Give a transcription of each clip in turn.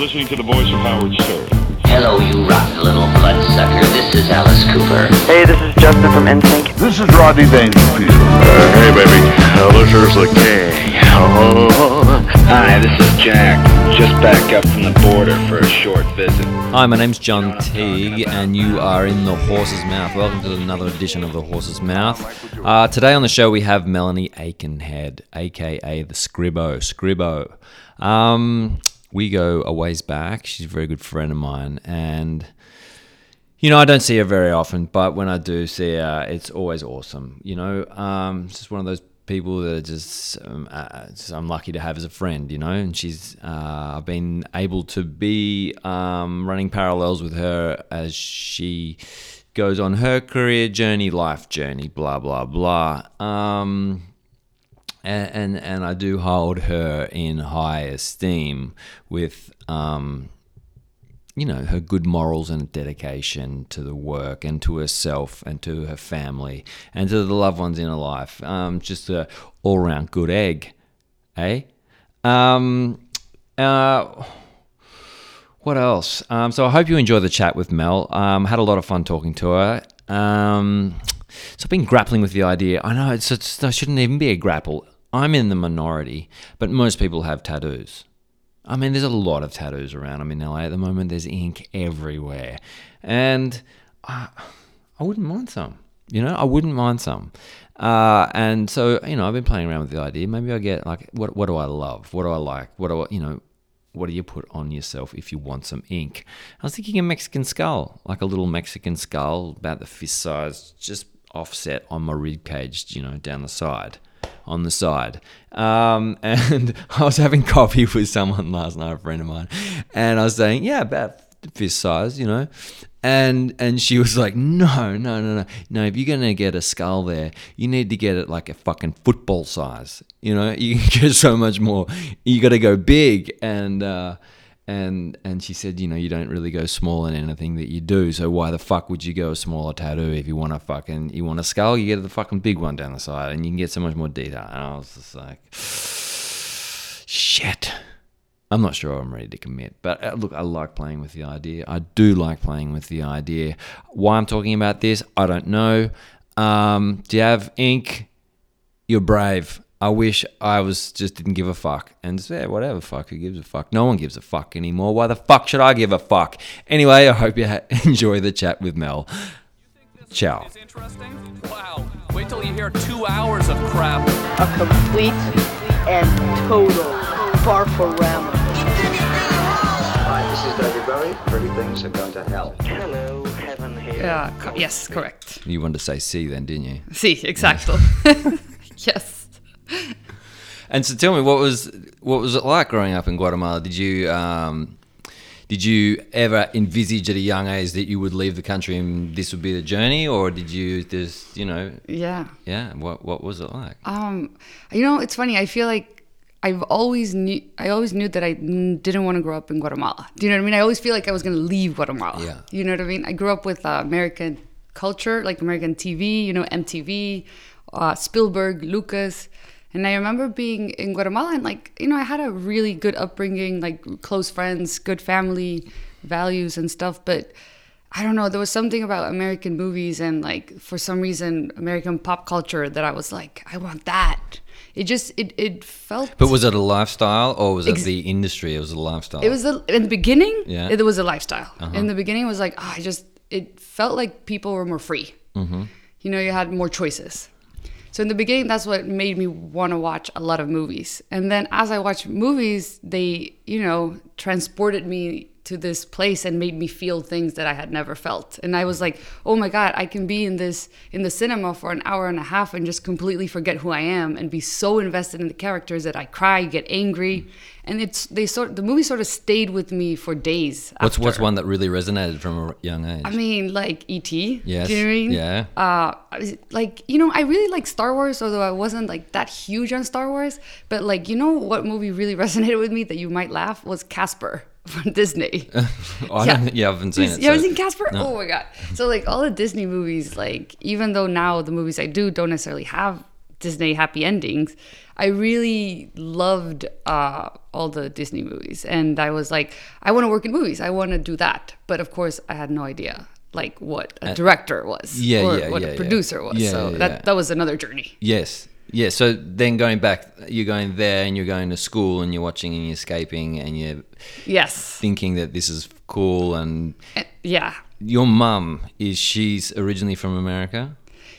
listening to the voice of Howard Stern. Hello, you rotten little bloodsucker. This is Alice Cooper. Hey, this is Justin from NSYNC. This is Rodney Dangerfield. Uh, hey, baby. Uh, this is the king. Hi, this is Jack. Just back up from the border for a short visit. Hi, my name's John Teague, and you are in The Horse's Mouth. Welcome to another edition of The Horse's Mouth. Uh, today on the show, we have Melanie Aikenhead, aka the Scribbo. Scribbo. Um, we go a ways back. She's a very good friend of mine, and you know I don't see her very often, but when I do see her, it's always awesome. You know, um, she's one of those people that are just, um, uh, just I'm lucky to have as a friend. You know, and she's uh, I've been able to be um, running parallels with her as she goes on her career journey, life journey, blah blah blah. Um, and, and and I do hold her in high esteem with um you know her good morals and dedication to the work and to herself and to her family and to the loved ones in her life um just a all round good egg eh um uh what else um so I hope you enjoy the chat with Mel um had a lot of fun talking to her um so I've been grappling with the idea. I know it's, it's there shouldn't even be a grapple. I'm in the minority, but most people have tattoos. I mean, there's a lot of tattoos around. I'm in LA at the moment. There's ink everywhere, and I, I wouldn't mind some. You know, I wouldn't mind some. Uh, and so, you know, I've been playing around with the idea. Maybe I get like, what what do I love? What do I like? What do I, you know, what do you put on yourself if you want some ink? I was thinking a Mexican skull, like a little Mexican skull about the fist size, just offset on my rib cage, you know, down the side, on the side. Um, and I was having coffee with someone last night, a friend of mine, and I was saying, yeah, about fist size, you know. And and she was like, no, no, no, no, no. If you're gonna get a skull there, you need to get it like a fucking football size. You know, you can get so much more. You got to go big. And uh, and and she said, you know, you don't really go small in anything that you do. So why the fuck would you go a smaller tattoo if you want a fucking you want a skull? You get the fucking big one down the side, and you can get so much more detail. And I was just like, shit. I'm not sure I'm ready to commit, but uh, look, I like playing with the idea. I do like playing with the idea. Why I'm talking about this, I don't know. Um, do you have ink? You're brave. I wish I was just didn't give a fuck and just, yeah, whatever, fuck, who gives a fuck? No one gives a fuck anymore. Why the fuck should I give a fuck? Anyway, I hope you ha- enjoy the chat with Mel. Ciao. It's interesting. Wow. Wait till you hear two hours of crap. A complete and total barforama. Hi, this is David Bowie. Pretty things have gone to hell. Hello, heaven here. Yeah, co- yes, correct. You wanted to say C then, didn't you? See, exactly. yes. and so tell me what was what was it like growing up in Guatemala did you um, did you ever envisage at a young age that you would leave the country and this would be the journey or did you just you know yeah yeah what what was it like um you know it's funny I feel like I've always knew I always knew that I didn't want to grow up in Guatemala. Do you know what I mean? I always feel like I was going to leave Guatemala. Yeah. You know what I mean? I grew up with uh, American culture, like American TV, you know, MTV, uh, Spielberg, Lucas. And I remember being in Guatemala and, like, you know, I had a really good upbringing, like close friends, good family values and stuff. But I don't know, there was something about American movies and, like, for some reason, American pop culture that I was like, I want that. It just it it felt. But was it a lifestyle or was it ex- the industry? It was a lifestyle. It was a, in the beginning. Yeah. It, was a lifestyle. Uh-huh. In the beginning, it was like oh, I just it felt like people were more free. Mm-hmm. You know, you had more choices. So in the beginning, that's what made me want to watch a lot of movies. And then as I watched movies, they, you know, transported me to this place and made me feel things that I had never felt. And I was like, "Oh my god, I can be in this in the cinema for an hour and a half and just completely forget who I am and be so invested in the characters that I cry, get angry." And it's they sort the movie sort of stayed with me for days. What's after. what's one that really resonated from a young age? I mean, like E.T. Yes. Do you know what I mean? Yeah. Uh, I was- like you know, I really like Star Wars, although I wasn't like that huge on Star Wars. But like, you know, what movie really resonated with me that you might laugh was Casper from Disney. Oh, I yeah. don't- yeah, I haven't seen it. You haven't so- seen Casper? Oh my god! So like all the Disney movies, like even though now the movies I do don't necessarily have Disney happy endings. I really loved uh, all the Disney movies, and I was like, I want to work in movies. I want to do that. But of course, I had no idea like what a director was, Uh, yeah, or yeah, what yeah, a yeah. producer was. Yeah, so yeah, yeah. that that was another journey. Yes. Yeah. So then going back, you're going there and you're going to school and you're watching and you're escaping and you're Yes, thinking that this is cool. And Eh, yeah. your mum is she's originally from America.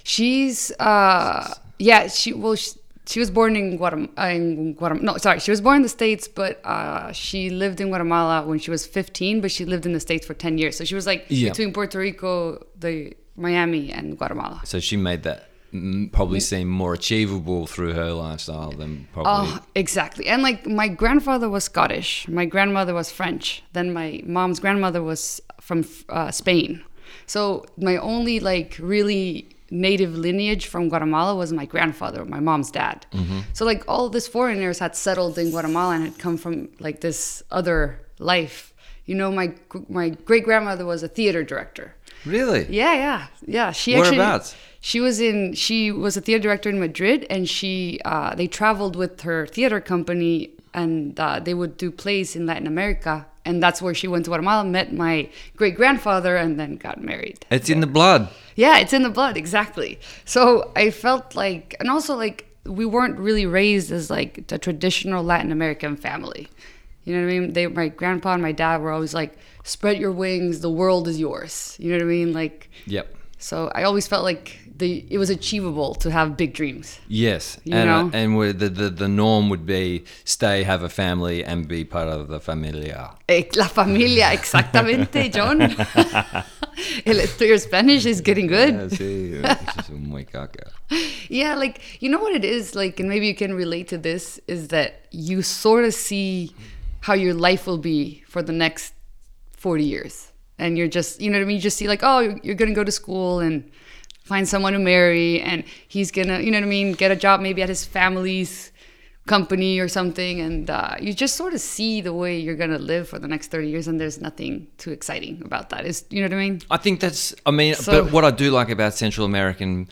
She's uh yeah she well she, she was born in Guatemala in Guatem no sorry she was born in the states but uh she lived in Guatemala when she was 15 but she lived in the states for 10 years so she was like Yeah. between Puerto Rico the Miami and Guatemala. So she made that mm, probably seem more achievable through her lifestyle than probably. Oh, exactly. And like my grandfather was Scottish, my grandmother was French, then my mom's grandmother was from uh, Spain. So my only like really native lineage from Guatemala was my grandfather, my mom's dad. So like all these foreigners had settled in Guatemala and had come from like this other life. You know, my my great grandmother was a theater director. Really? Yeah, yeah, yeah. She Whereabouts? actually she was in she was a theater director in Madrid, and she uh, they traveled with her theater company, and uh, they would do plays in Latin America, and that's where she went to Guatemala, met my great grandfather, and then got married. It's in the blood. Yeah, it's in the blood, exactly. So I felt like, and also like we weren't really raised as like the traditional Latin American family. You know what I mean? They, my grandpa and my dad were always like, "Spread your wings, the world is yours." You know what I mean? Like, Yep. so I always felt like the it was achievable to have big dreams. Yes, You and uh, know? and where the, the the norm would be stay, have a family, and be part of the familia. Eh, La familia, exactamente, John. El, your Spanish is getting good. Yeah, see, it's just muy caca. Yeah, like you know what it is like, and maybe you can relate to this is that you sort of see how your life will be for the next forty years, and you're just you know what I mean. You just see like, oh, you're, you're gonna go to school and find someone to marry, and he's gonna you know what I mean, get a job maybe at his family's company or something, and uh, you just sort of see the way you're gonna live for the next thirty years, and there's nothing too exciting about that. Is you know what I mean? I think that's. I mean, So- but what I do like about Central American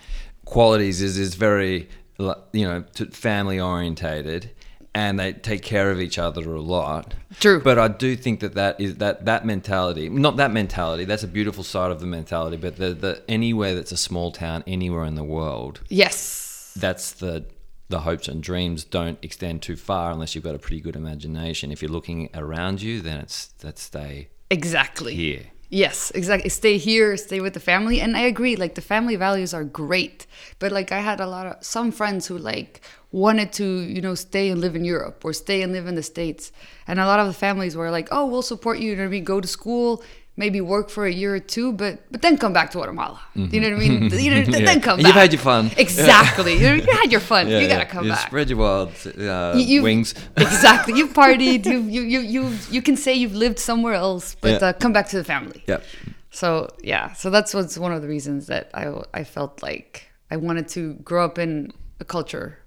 qualities is it's very, like, you know, t- family orientated, and they take care of each other a lot. True. But I do think that that is that that mentality, not that mentality. That's a beautiful side of the mentality. But the, the anywhere that's a small town, anywhere in the world, Yes. that's the the hopes and dreams don't extend too far unless you've got a pretty good imagination. If you're looking around you, then it's let's stay Exactly. here. Yes, exactly. Stay here, stay with the family. And I agree, like the family values are great. But like I had a lot of some friends who like wanted to, you know, stay and live in Europe or stay and live in the States. And a lot of the families were like, Oh, we'll support you, you know what I mean? Go to school, maybe work for a year or two, but but then come back to Guatemala. You know what I mean? you know, th- Mm-hmm. Yeah. then come And back. you've had your fun. Exactly. you, know, you had your fun. you gotta come back. Spread your wild uh, You- you've- wings. exactly. You've partied. You you you you you can say you've lived somewhere else, but Yeah. uh, come back to the family. Yep. So yeah, so that's what's one of the reasons that I I felt like I wanted to grow up in a culture.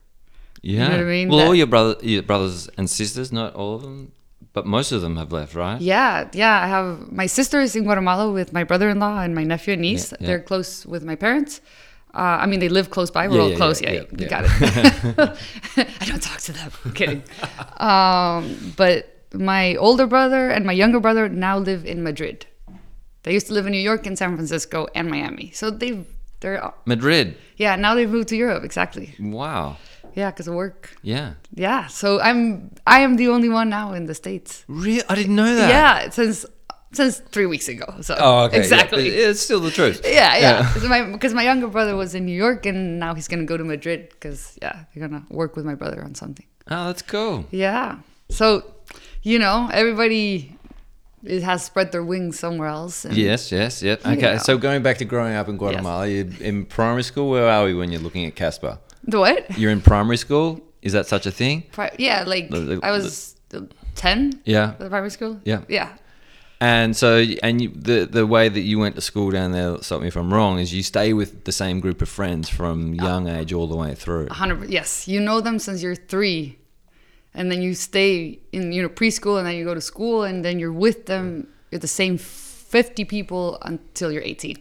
Yeah. what I mean? Well, all That- your brother, your brothers and sisters, not all of them, but most of them have left, right? Yeah, yeah. I have my sister is in Guatemala with my brother-in-law and my nephew and niece. Yeah, yeah. They're close with my parents. Uh, I mean, they live close by. We're Yeah, all yeah, close. yeah, Yeah, yeah, you yeah. got it. I don't talk to them. I'm kidding. Um, but my older brother and my younger brother now live in Madrid. They used to live in New York and San Francisco and Miami. So they've they're Madrid. yeah now they've moved to Europe exactly. Wow. Yeah, because of work. Yeah. Yeah, so I'm I am the only one now in the states. Really? I didn't know that. Yeah, since since three weeks ago. So Oh, okay. yeah. exactly. Yeah. It's still the truth. Yeah, So my because my younger brother was in New York and now he's gonna go to Madrid because yeah, they're gonna work with my brother on something. Oh, that's cool. Yeah. So, you know, everybody is, has spread their wings somewhere else. And Yes, yes, yep. Okay, Yeah. so going back to growing up in Guatemala, you in primary school, where are we when you're looking at Casper? The what? You're in primary school? Is that such a thing? Pri- yeah, like The- the- I was ten. Yeah. At the primary school. Yeah. Yeah. And so, and you, the the way that you went to school down there, stop me if I'm wrong, is you stay with the same group of friends from Ah. young age all the way through. hundred. Yes, you know them since you're three, and then you stay in you know preschool, and then you go to school, and then you're with them. You're the same fifty people until you're eighteen.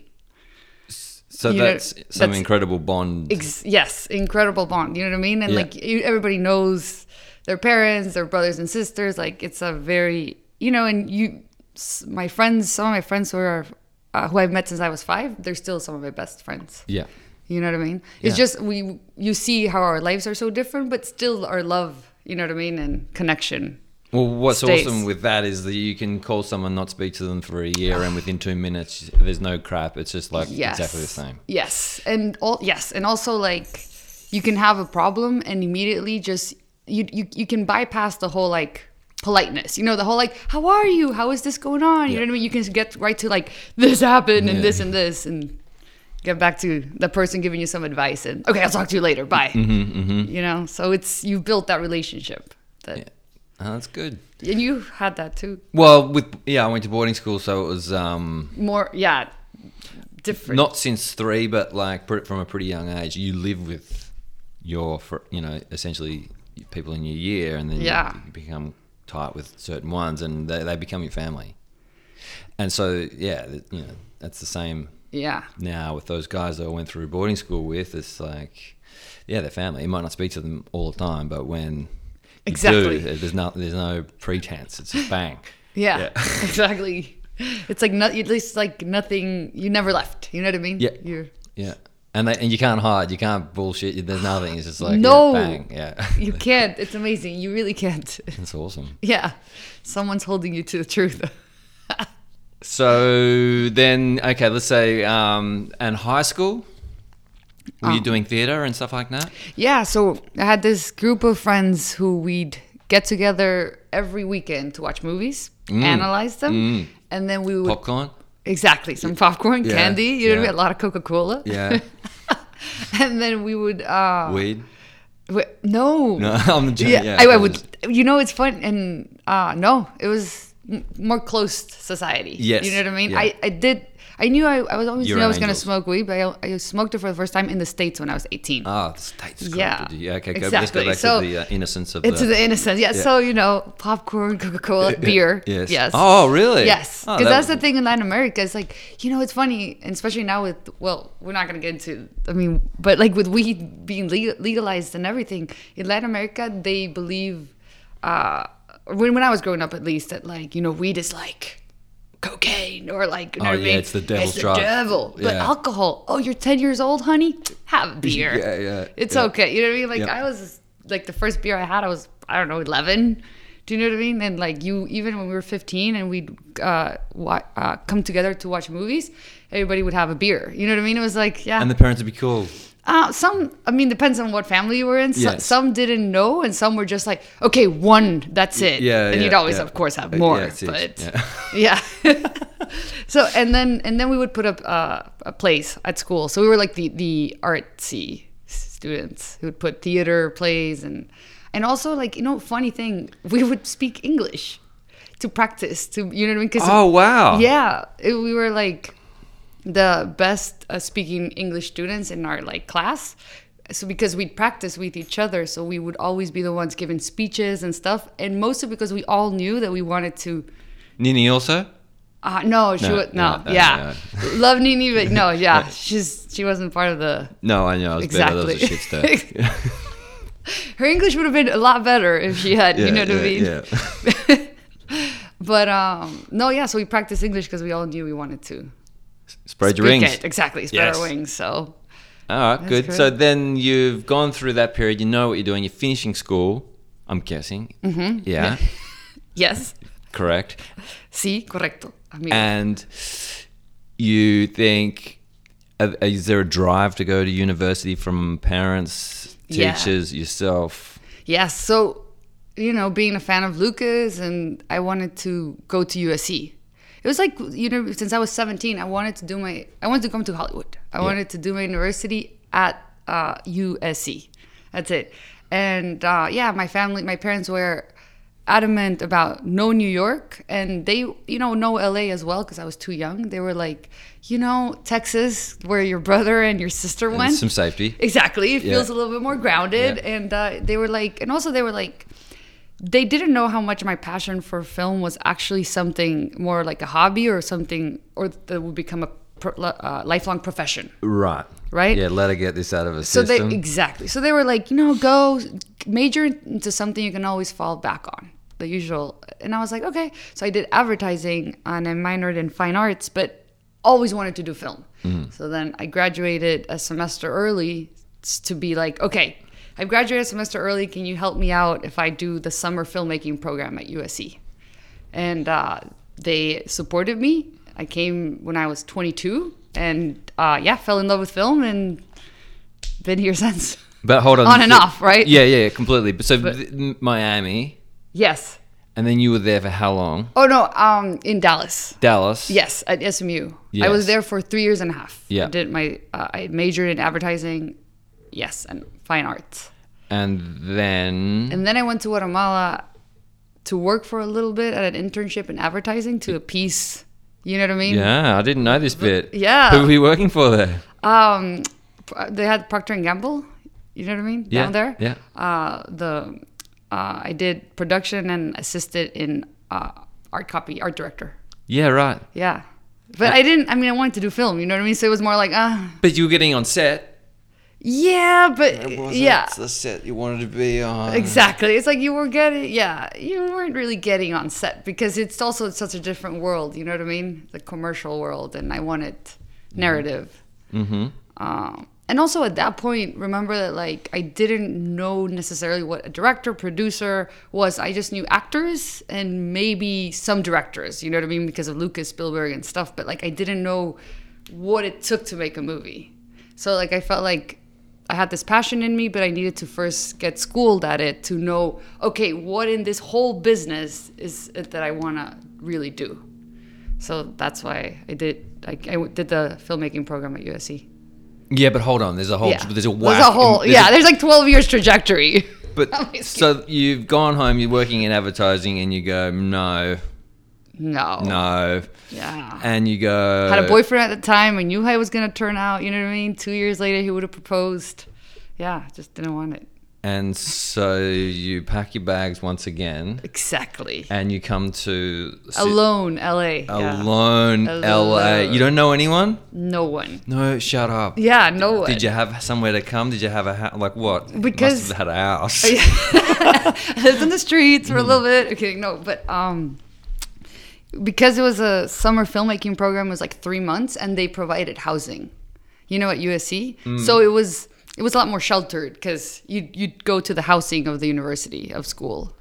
So You know, that's some that's- incredible bond. Ex- yes, incredible bond. You know what I mean? And Yeah. like you, everybody knows their parents, their brothers and sisters. Like it's a very you know, and you, s- my friends, some of my friends who are uh, who I've met since I was five, they're still some of my best friends. yeah. You know what I mean? It's Yeah. just we you see how our lives are so different, but still our love. You know what I mean? And connection. Well, what's states. awesome with that is that you can call someone, not speak to them for a year, and within two minutes, there's no crap. It's just like Yes. exactly the same. Yes, and all yes, and also like you can have a problem and immediately just you you you can bypass the whole like politeness. You know the whole like how are you? How is this going on? You know what I mean? You can get right to like this happened and Yeah. this and this and get back to the person giving you some advice and okay, I'll talk to you later. Bye. Mm-hmm, You know, so it's you built that relationship that Oh, that's good. and you had that too. Well, with yeah, I went to boarding school, so it was um, More yeah, different. not since three, but like pr- from a pretty young age, you live with your, fr- you know, essentially people in your year, and then you- Yeah. you become tight with certain ones, and they, they become your family. And so, yeah, th- you know, that's the same yeah. now with those guys that I went through boarding school with. It's like, yeah, they're family. You might not speak to them all the time, but when you Exactly. do, there's no there's no pretense. It's just bang. Yeah, Yeah. exactly. It's like not, it's like nothing. You never left. You know what I mean? Yeah. You're, Yeah. And, they, and you can't hide, you can't bullshit. There's nothing. It's just like yeah, No. bang, yeah. you can't. It's amazing. You really can't. That's awesome. Yeah, someone's holding you to the truth. So then, okay, let's say, um, and high school, were Um, you doing theatre and stuff like that? Yeah, so I had this group of friends who we'd get together every weekend to watch movies, analyze them, Mm. and then we would Popcorn. exactly some popcorn, Yeah, candy. You know what I yeah. mean? A lot of Coca Cola. Yeah. and then we would. Uh, Weed. wi- no. No, I'm joking. yeah, Yeah, I, I it would. was- You know, it's fun, and uh, no, it was m- more closed society. Yes, you know what I mean. yeah. I, I did. I knew I, I was always You're knew I an was going to angel. smoke weed, but I, I smoked it for the first time in the states when I was eighteen. Ah, the state's Yeah, corrupted you. Okay, go, let's go exactly. back So, to the uh, innocence of it's the. the innocence, yeah, yeah. So you know, popcorn, Coca Cola, beer. Yes. Yes. Oh, really? Yes, Oh, because that- that's the thing in Latin America. It's like you know, it's funny, and especially now with well, we're not gonna get into. I mean, but like with weed being legal, legalized and everything in Latin America, they believe. Uh, when when I was growing up, at least, that like you know, weed is like cocaine or like you know Oh, what I yeah, mean? it's the devil's It's the drug. devil. But Yeah. alcohol. Oh, you're ten years old, honey. Have a beer. Yeah, yeah, It's yeah. okay. You know what I mean? Like Yeah. I was like the first beer I had, I was I don't know eleven. Do you know what I mean? And like you, even when we were fifteen and we'd uh, wa- uh, come together to watch movies, everybody would have a beer. You know what I mean? It was like yeah. And the parents would be cool. uh, some I mean depends on what family you were in. So, Yes. Some didn't know, and some were just like okay, one, that's it. Yeah, And yeah, you'd always yeah. of course have Uh, more, yeah, it's it. but Yeah. yeah. so and then and then we would put up uh, a plays at school. So we were like the the artsy students who would put theater plays and and also like you know funny thing we would speak English to practice to you know what I mean? 'Cause- Oh, wow. Yeah, it- we were like the best uh, speaking English students in our like class. So because we'd practice with each other, so we would always be the ones giving speeches and stuff, and mostly because we all knew that we wanted to Nini also? uh, no, she No, was no, no, no, yeah. no. Love Nini, but no, yeah, she's she wasn't part of the. No, I know. I was better. That was a shit Exactly. stir. Yeah. Her English would have been a lot better if she had, you know what I mean. yeah, yeah. But um, no, yeah. So we practiced English because we all knew we wanted to Spread your speak rings. it. exactly spread Yes. our wings. So All right, Ah, good. correct. So then you've gone through that period. You know what you're doing. You're finishing school. I'm guessing. Mm-hmm. Yeah, yes, correct. sí, correcto. I mean, And you think, uh, is there a drive to go to university from parents, Yeah. teachers, yourself? yes. So you know, being a fan of Lucas, and I wanted to go to USC. It was like you know, since I was 17, I wanted to do my, I wanted to come to Hollywood. I wanted to do my university at uh, USC. That's it. And uh, yeah, my family, my parents were adamant about no New York, and they, you know, no LA as well because I was too young. They were like, you know, Texas, where your brother and your sister went. some safety. Exactly. It Yeah. feels a little bit more grounded. Yeah. And uh, they were like, and also they were like, they didn't know how much my passion for film was actually something more like a hobby or something, or that would become a pro, uh, lifelong profession. Right. Right. Yeah. Let her get this out of her So system. they exactly. So they were like, you know, go major into something you can always fall back on. The usual. And I was like, okay. So I did advertising and I minored in fine arts, but always wanted to do film. Mhm. So then I graduated a semester early s- to be like, okay, I've graduated a semester early. Can you help me out if I do the summer filmmaking program at USC? And uh, they supported me. I came when I was 22 and uh, yeah, fell in love with film and been here since. But hold on. On and off, right? Yeah, yeah, completely. But so But- th- Miami, Yes. and then you were there for how long? Oh no, um, in Dallas. Dallas. Yes, at SMU. I was Yes. there for three years and a half. Yeah. I did my uh, I majored in advertising, yes, and fine arts. And then. And then I went to Guatemala to work for a little bit at an internship in advertising to appease. You know what I mean? yeah, I didn't know this bit. Yeah. Who were you working for there? Um, they had Procter and Gamble. You know what I mean? Yeah, Down there. yeah. Uh, the uh, I did production and assisted in uh, art copy, art director. Yeah, right. Yeah. But I didn't, I mean, I wanted to do film, you know what I mean? So it was more like, ah, But you were getting on set. yeah, but It wasn't yeah. The set you wanted to be on. Exactly. It's like you were getting, yeah, you weren't really getting on set because it's also such a different world, you know what I mean? The commercial world, and I wanted narrative. Mm-hmm. Um, and also at that point, remember that like I didn't know necessarily what a director, producer was. I just knew actors and maybe some directors, you know what I mean, because of Lucas, Spielberg, and stuff. But like I didn't know what it took to make a movie. So like I felt like I had this passion in me, but I needed to first get schooled at it to know okay, what in this whole business is it that I want to really do. So that's why I did. I, I did the filmmaking program at USC. Yeah, but hold on. There's a whole. Yeah. Oh, There's a whack. There's a whole yeah. there's like 12 years trajectory. But so you've gone home. You're working in advertising, and you go no, No. no. Uh, Yeah. And you go. Had a boyfriend at the time. I knew how it was gonna turn out. You know what I mean? Two years later, he would have proposed. Yeah, just didn't want it. And so you pack your bags once again. Exactly. And you come to Sy- Alone, LA. yeah. Alone, LA. You don't know anyone? No one. No, shut up. Yeah, no one. Did you have somewhere to come? Did you have a house? Like what? Because- Must have had a house. I lived in the streets for a little Mm. bit. Okay, no, but um, because it was a summer filmmaking program, it was like three months, and they provided housing, you know, at USC. Mm. So it was it was a lot more sheltered because you you'd go to the housing of the university of school,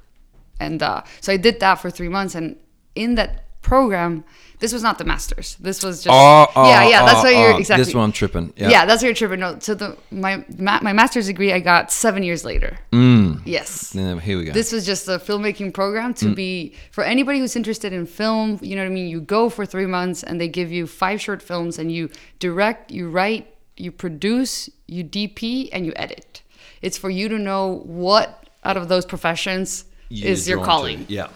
and uh, so I did that for three months, and in that program, this was not the masters. This was just Oh, oh, yeah, yeah. that's oh, why you're oh, exactly. This one I'm tripping. Yeah. that's why you're tripping. No, so the my ma- my master's degree I got seven years later. Mm. Yes. Yeah, here we go. This was just a filmmaking program to Mm. be for anybody who's interested in film. You know what I mean? You go for three months and they give you five short films and you direct, you write, you produce, you DP, and you edit. It's for you to know what out of those professions You're is your drawn to it. calling. Yeah.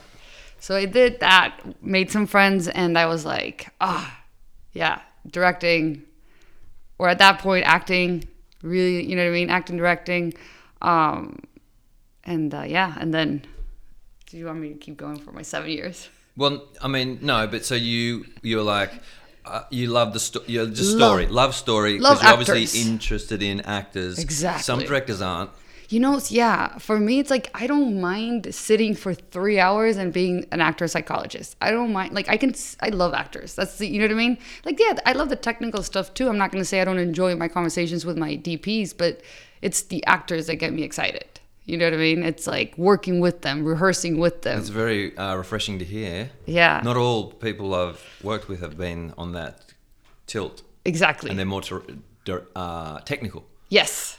So I did that, made some friends, and I was like, ah, yeah, directing, or at that point, acting, really, you know what I mean? Acting, directing. Um, and uh, yeah, and then, do you want me to keep going for my seven years? Well, I mean, no, but so you you were like uh, you love the sto- you just Love- story, love story love you're actors. obviously interested in actors. Some Exactly. directors aren't. You know, it's- yeah, for me, it's like I don't mind sitting for three hours and being an actor psychologist. I don't mind. Like, I can, s- I love actors. That's the, you know what I mean? Like, yeah, I love the technical stuff too. I'm not going to say I don't enjoy my conversations with my DPs, but it's the actors that get me excited. You know what I mean? It's like working with them, rehearsing with them. It's very uh, refreshing to hear. Yeah. Not all people I've worked with have been on that tilt. Exactly. And they're more ter- dir- uh, technical. Yes.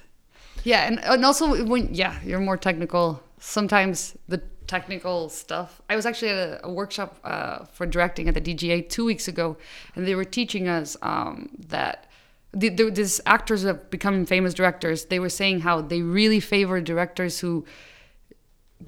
Yeah, and, and also when yeah, you're more technical. Sometimes the technical stuff. I was actually at a, a workshop uh, for directing at the DGA two weeks ago, and they were teaching us um, that the, the, these actors who have become famous directors. They were saying how they really favor directors who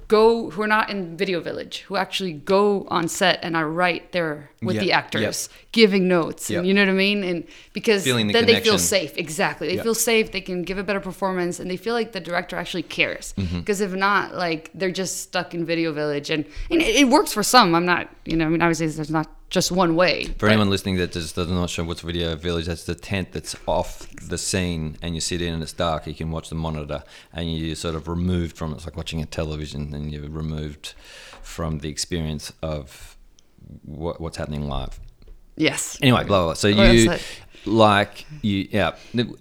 go who are not in Video Village, who actually go on set and are right there with Yeah, the yeah. actors, giving notes. And Yeah. you know what I mean? And because Feeling the then they feel connection. safe. Exactly. They Yeah. feel safe. They can give a better performance, and they feel like the director actually cares. Mm-hmm. Mhm. Because if not, like they're just stuck in Video Village, and, and it, it works for some. I'm not, you know, I mean, obviously there's not just one way. For anyone listening that just does not sure what's Video Village, that's the tent that's off the scene, and you sit in and it's dark. You can watch the monitor, and you're sort of removed from it. It's like watching a television, and you're removed from the experience of what, what's happening live. Yes. Anyway, blah blah. blah. So Oh, you that's like you yeah.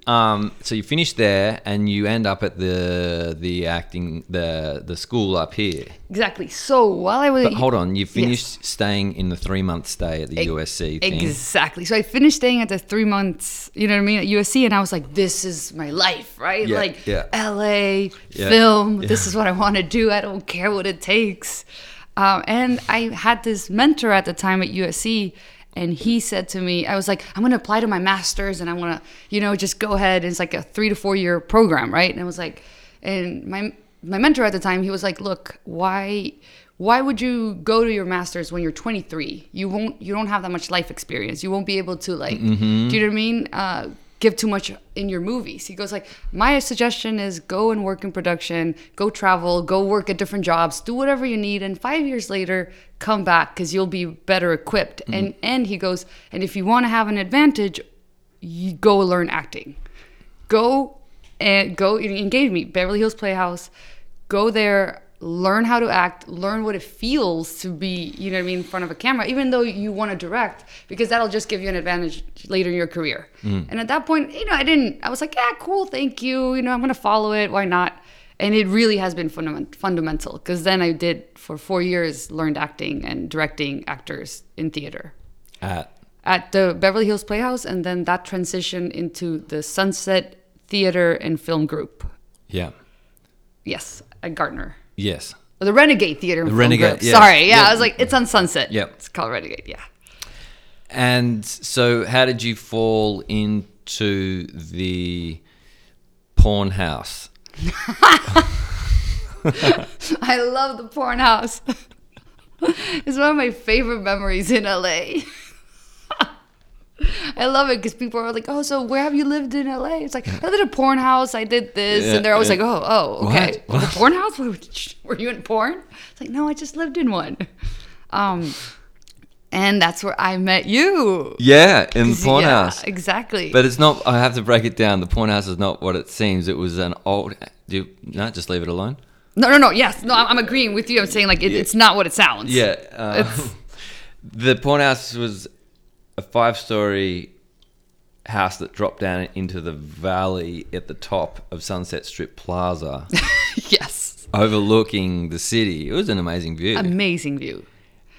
Um, so you finish there, and you end up at the the acting the the school up here. Exactly. So while I was But hold on, you Yes. finished staying in the three month stay at the Ex- USC thing. Exactly. So I finished staying at the three months, you know what I mean, at USC, and I was like, this is my life, right? Yeah, like yeah. LA, Yeah, film, yeah. this is what I want to do. I don't care what it takes. Um, and I had this mentor at the time at USC, and he said to me, I was like, I'm going to apply to my master's and I want to, you know, just go ahead. And it's like a three to four year program, right? And I was like, and my, my mentor at the time, he was like, look, why why would you go to your masters when you're 23 you won't you don't have that much life experience you won't be able to like Mm-hmm. Mhm. do you know what i mean uh, give too much in your movies he goes like my suggestion is go and work in production go travel go work at different jobs do whatever you need and five years later come back because you'll be better equipped and and he goes and if you want to have an advantage you go learn acting go and go and engage me beverly hills playhouse go there learn how to act learn what it feels to be you know what i mean in front of a camera even though you want to direct because that'll just give you an advantage later in your career Mm. and at that point you know i didn't i was like yeah cool thank you you know i'm gonna follow it why not and it really has been fundament- fundamental because then i did for four years learned acting and directing actors in theater At at the Beverly Hills Playhouse, and then that transitioned into the Sunset Theater and Film Group. yeah, Yes, at Gardner. yes. The Renegade Theater and The Film Renegade, Group. yes. Sorry, yeah, Yeah. I was like, it's on Sunset. Yep. It's called Renegade, yeah. And so, how did you fall into the porn house? I love the porn house. it's one of my favorite memories in LA. I love it because people are like, "Oh, so where have you lived in LA?" It's like I lived in a porn house. I did this, Yeah, and they're always yeah. like, "Oh, oh, okay, What? the porn house? Were you in porn?" It's like, "No, I just lived in one." Um, and that's where I met you. Yeah, in the 'Cause- porn yeah, house. exactly. But it's not. I have to break it down. The porn house is not what it seems. It was an old. Do you, no, just leave it alone. No, no, no. Yes, no. I'm, I'm agreeing with you. I'm saying like it, Yeah. it's not what it sounds. Yeah. Uh, It's- the porn house was a five story house that dropped down into the valley at the top of Sunset Strip Plaza, yes, overlooking the city. It was an amazing view. amazing view.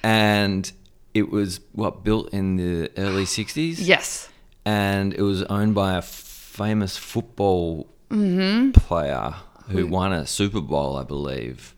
and it was what built in the early 60s. Yes. And it was owned by a famous football Mhm. player who won a Super Bowl, I believe.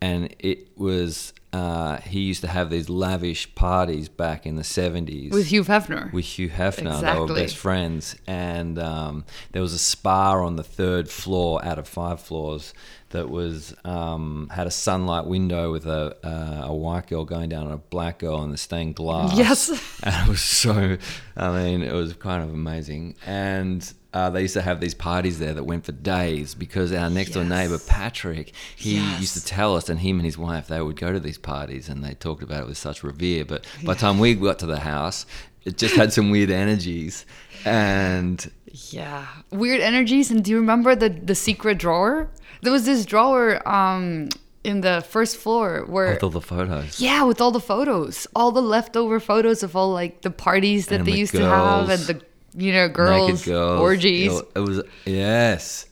And it was uh, he used to have these lavish parties back in the 70s With Hugh Hefner. With Hugh Hefner, they were Exactly. best friends, and um, there was a spa on the third floor out of five floors that was um, had a sunlight window with a uh, a white girl going down on a black girl on the stained glass. Yes. and it was so. I mean, it was kind of amazing, and. Uh, they used to have these parties there that went for days because our next door neighbor Patrick, he used to tell us, and him and his wife, they would go to these parties and they talked about it with such revere. But by the time we got to the house, it just had some weird energies, and Yeah. Weird energies. And do you remember the the secret drawer? There was this drawer um in the first floor where with all the photos. yeah, with all the photos, all the leftover photos of all like the parties that And they the used to have and girls. the you know girls, Naked girls. orgies. It was yes.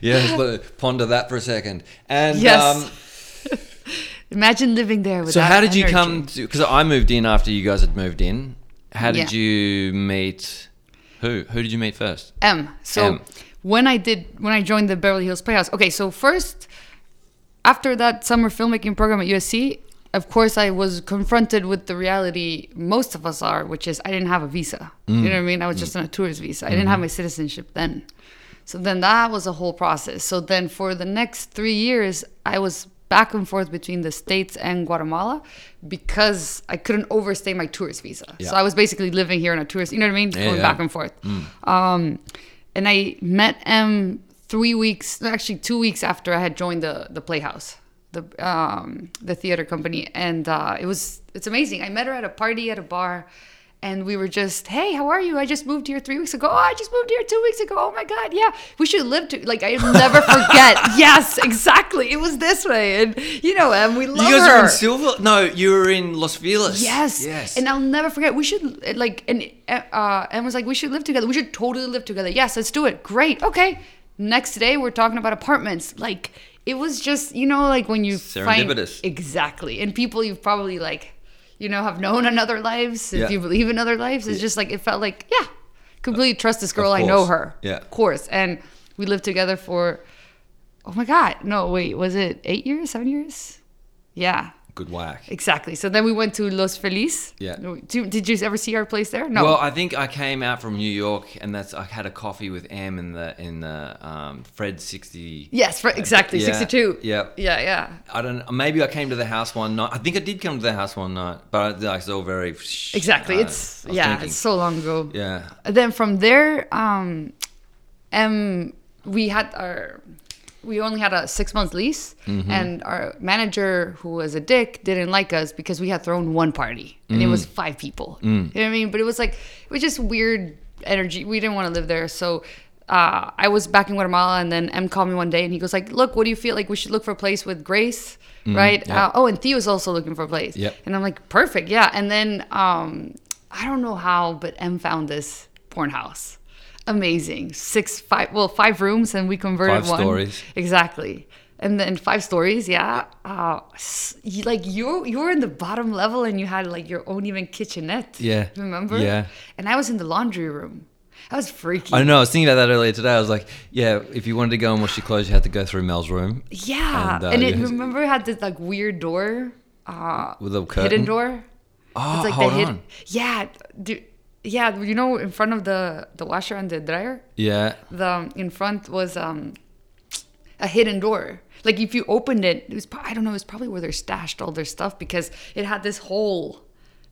yes, but ponder that for a second. And Yes. um, Imagine living there with so, that how did you energy. come to? Because I moved in after you guys had moved in. How did Yeah. you meet? Who? Who did you meet first? M. So M. when I did when I joined the Beverly Hills Playhouse. Okay, so first after that summer filmmaking program at USC, of course I was confronted with the reality most of us are, which is I didn't have a visa. You know what I Mm. mean? I was just on a tourist visa. I didn't have Mhm. my citizenship then. So then that was a whole process. So then for the next 3 years I was back and forth between the states and Guatemala because I couldn't overstay my tourist visa. Yeah. So I was basically living here on a tourist, you know what I mean? Yeah, Going yeah. back and forth. Um, and I met M three weeks, no, actually two weeks after I had joined the the Playhouse. the um, the theater company, and uh, it was it's amazing. I met her at a party at a bar, and we were just, hey, how are you? I just moved here three weeks ago. Oh, I just moved here two weeks ago. Oh my god, yeah, we should live to like I never forget. yes, exactly. It was this way, and you know, and we love you guys her. were in Silver. No, you were in Los Feliz. Yes. Yes. And I'll never forget. We should like and uh and was like we should live together. We should totally live together. Yes, let's do it. Great. Okay. Next day we're talking about apartments. Like it was just, you know, like when you Serendipitous. find exactly. And people you've probably like you know have known in other lives, if Yeah. you believe in other lives, it's just like it felt like, yeah, completely trust this girl. I course. know her. Yeah. Of course. And we lived together for Oh my god. No, wait. Was it 8 years? 7 years? Yeah. Good whack. Exactly. So then we went to Los Feliz. Yeah. Do, did you ever see our place there? No. Well, I think I came out from New York, and that's I had a coffee with Em in the in the um, Fred sixty. yes, for, exactly. Yeah, 62. Yeah. Yeah, yeah. I don't. Maybe I came to the house one night. I think I did come to the house one night, but I, I was all very Exactly. uh, it's I was yeah, drinking. it's so long ago. yeah. Then from there um um we had our we only had a 6 month lease Mhm. and our manager who was a dick didn't like us because we had thrown one party and it Mm. was five people. Mm. You know what I mean? But it was like it was just weird energy. We didn't want to live there, so uh, I was back in Guatemala, and then M called me one day, and he goes like, "Look, what do you feel like? We should look for a place with Grace, Mm, right? yeah. Uh, oh, and Theo's also looking for a place. Yep. And I'm like, perfect, yeah. And then um, I don't know how, but M found this porn house. Amazing, six five well five rooms, and we converted Five one stories. exactly. And then five stories, yeah. Uh, s- you- like you're you're in the bottom level, and you had like your own even kitchenette. Yeah. remember? Yeah. And I was in the laundry room. I was freaky. I don't know. I was thinking about that earlier today. I was like, yeah, if you wanted to go and wash your clothes, you had to go through Mel's room. Yeah, and, uh, it yeah, remember it had this like weird door, uh, with a curtain. hidden door. Oh, It's like hold the hid- on. Yeah, dude. Yeah, you know, in front of the the washer and the dryer, Yeah. the in front was um a hidden door. Like if you opened it, it was pro- I don't know, it was probably where they stashed all their stuff because it had this hole,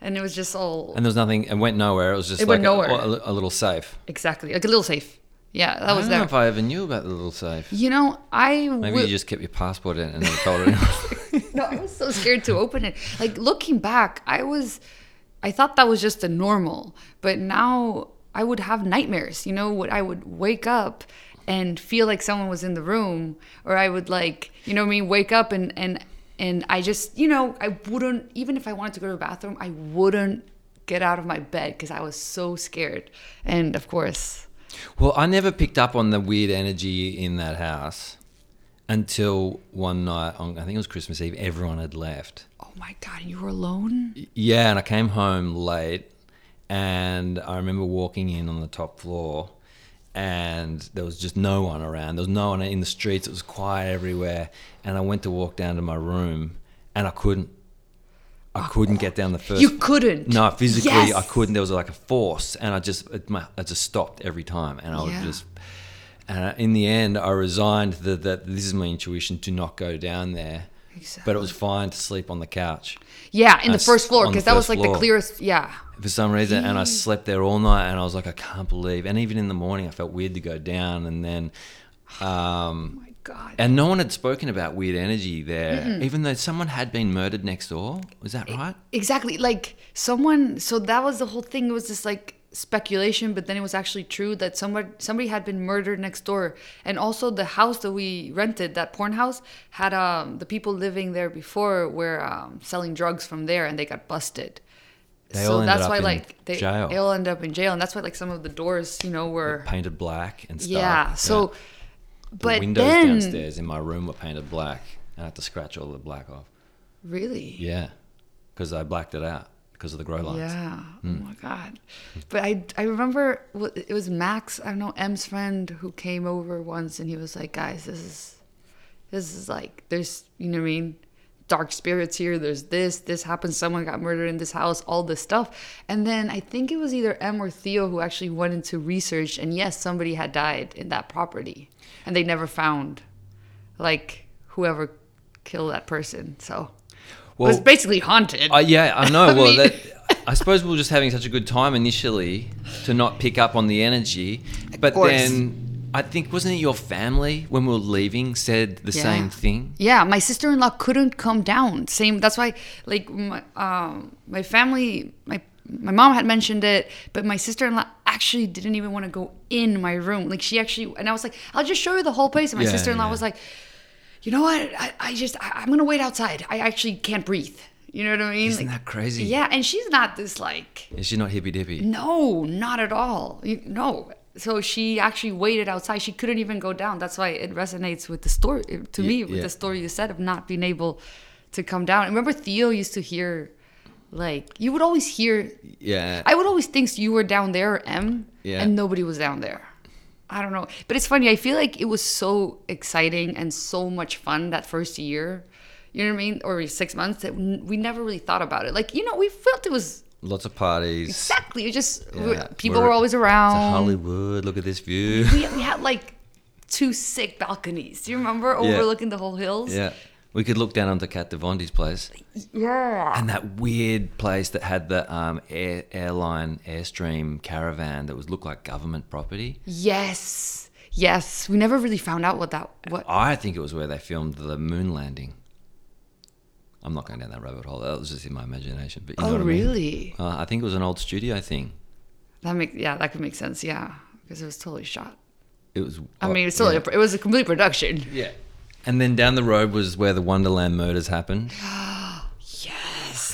and it was just all And there was nothing. It went nowhere. It was just It like went a- nowhere. A, a little safe. exactly like a little safe. Yeah, that was I don't know there. if I ever knew about the little safe. You know, I Maybe wi- you just kept your passport in and never told anyone. no, I was so scared to open it. Like looking back, I was, I thought that was just the normal, but now I would have nightmares. You know, what I would wake up and feel like someone was in the room, or I would like, you know, what I mean, wake up and and and I just, you know, I wouldn't even if I wanted to go to the bathroom, I wouldn't get out of my bed because I was so scared. And of course, Well, I never picked up on the weird energy in that house until one night on I think it was Christmas Eve. Everyone had left. oh my god, you were alone. Yeah, and I came home late, and I remember walking in on the top floor, and there was just no one around. There was no one in the streets. It was quiet everywhere, and I went to walk down to my room, and I couldn't. I couldn't get down the first. You couldn't? No, physically, Yes. I couldn't. There was like a force, and I just, it, my, I just stopped every time, and I Yeah. would just. And in the end, I resigned that, that this is my intuition. Do not go down there. But it was fine to sleep on the couch. Yeah, in And the I first s- floor on because that was first like the floor clearest. Yeah. Oh for some reason and I slept there all night and I was like I can't believe and even in the morning I felt weird to go down and then um oh my god and no one had spoken about weird energy there Mm-mm. even though someone had been murdered next door was that right Exactly. Like someone so that was the whole thing. It was just like speculation, but then it was actually true that somebody somebody had been murdered next door. And also the house that we rented, that porn house, had um the people living there before were um, selling drugs from there and they got busted. They so all ended that's up why in like they, jail. they all end up in jail and that's why like some of the doors, you know, were painted black and stuff Yeah. So The but windows then downstairs in my room were painted black and I had to scratch all the black off really yeah because I blacked it out because of the grow lines Yeah. Mm. Oh my god. But I I remember w- it was Max. I don't know M's friend who came over once, and he was like, "Guys, this is this is like there's you know what I mean." Dark spirits here. There's this. This happened. Someone got murdered in this house. All this stuff. And then I think it was either M or Theo who actually went into research. And yes, somebody had died in that property, and they never found, like whoever killed that person. So it was Well- basically haunted. Uh, yeah, I know. Well, mean- that, I suppose we were just having such a good time initially to not pick up on the energy, but course. then I think wasn't it your family when we were leaving said the Yeah. same thing? Yeah, my sister-in-law couldn't come down. Same. That's why, like, my, um, my family, my my mom had mentioned it, but my sister-in-law actually didn't even want to go in my room. Like, she actually, and I was like, I'll just show you the whole place. And my Yeah, sister-in-law yeah. was like, you know what? I, I just, I, I'm gonna wait outside. I actually can't breathe. You know what I mean? Isn't Like, that crazy? Yeah, Mm-hmm. and she's not this like Is she not hippy dippy? no, not at all. You- No. So she actually waited outside. She couldn't even go down. That's why it resonates with the story to me Ye- with yeah. the story you said of not being able to come down. And Remember Theo used to hear like you would always hear Yeah. I would always think you were down there or M Yeah. and nobody was down there. I don't know. But it's funny. I feel like it was so exciting and so much fun that first year. You know what I mean? Or 6 months that we never really thought about it. Like, you know, we felt it was Lots of parties. Exactly. It just we- Yeah. people were, always around. To Hollywood. Look at this view. We, we had like two sick balconies. Do you remember Yeah. overlooking the whole hills? yeah. We could look down onto Kat Devondi's place Yeah. and that weird place that had the um, air, airline Airstream caravan that was looked like government property. Yes. Yes. We never really found out what that what I think it was where they filmed the moon landing. I'm not going down that rabbit hole. That was just in my imagination. But you know Oh, what really? I mean? Uh, I think it was an old studio thing. that make yeah, that could make sense. Yeah. Because it was totally shot. It was. I mean, it's still yeah. a, it was a complete production. Yeah. And then down the road was where the Wonderland murders happened.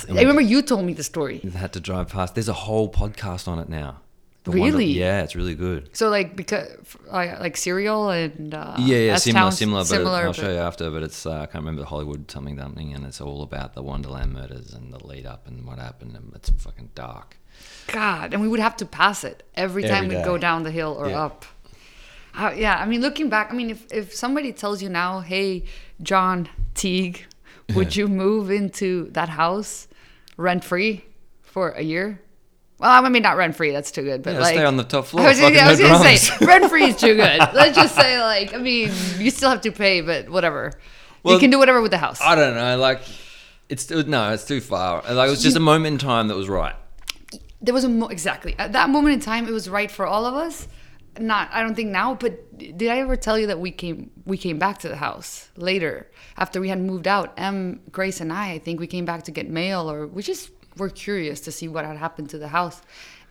I remember you told me the story. They had to drive past. There's a whole podcast on it now. The Really? yeah, it's really good. So like because like, like cereal and uh, yeah, yeah, S similar, Town- similar, but I'll but- show you after. But it's uh, I can't remember Hollywood something something, and it's all about the Wonderland murders and the lead up and what happened, and it's fucking dark. God, and we would have to pass it every time Every we'd go day. down the hill or Yeah. up. How- yeah, I mean, looking back, I mean, if, if somebody tells you now, hey, John Teague, would you move into that house rent free for a year? Well, I mean, not rent free. That's too good. But Yeah, like, stay on the top floor, I was, fucking I no was gonna say dramas. rent free is too good. Let's just say, like, I mean, you still have to pay, but whatever. Well, you can do whatever with the house. I don't know, like it's still no, it's too far. Like it was just a moment in time that was right. there was a mo- exactly at that moment in time it was right for all of us not i don't think now but did i ever tell you that we came we came back to the house later after we had moved out m grace and i i think we came back to get mail or we just were curious to see what had happened to the house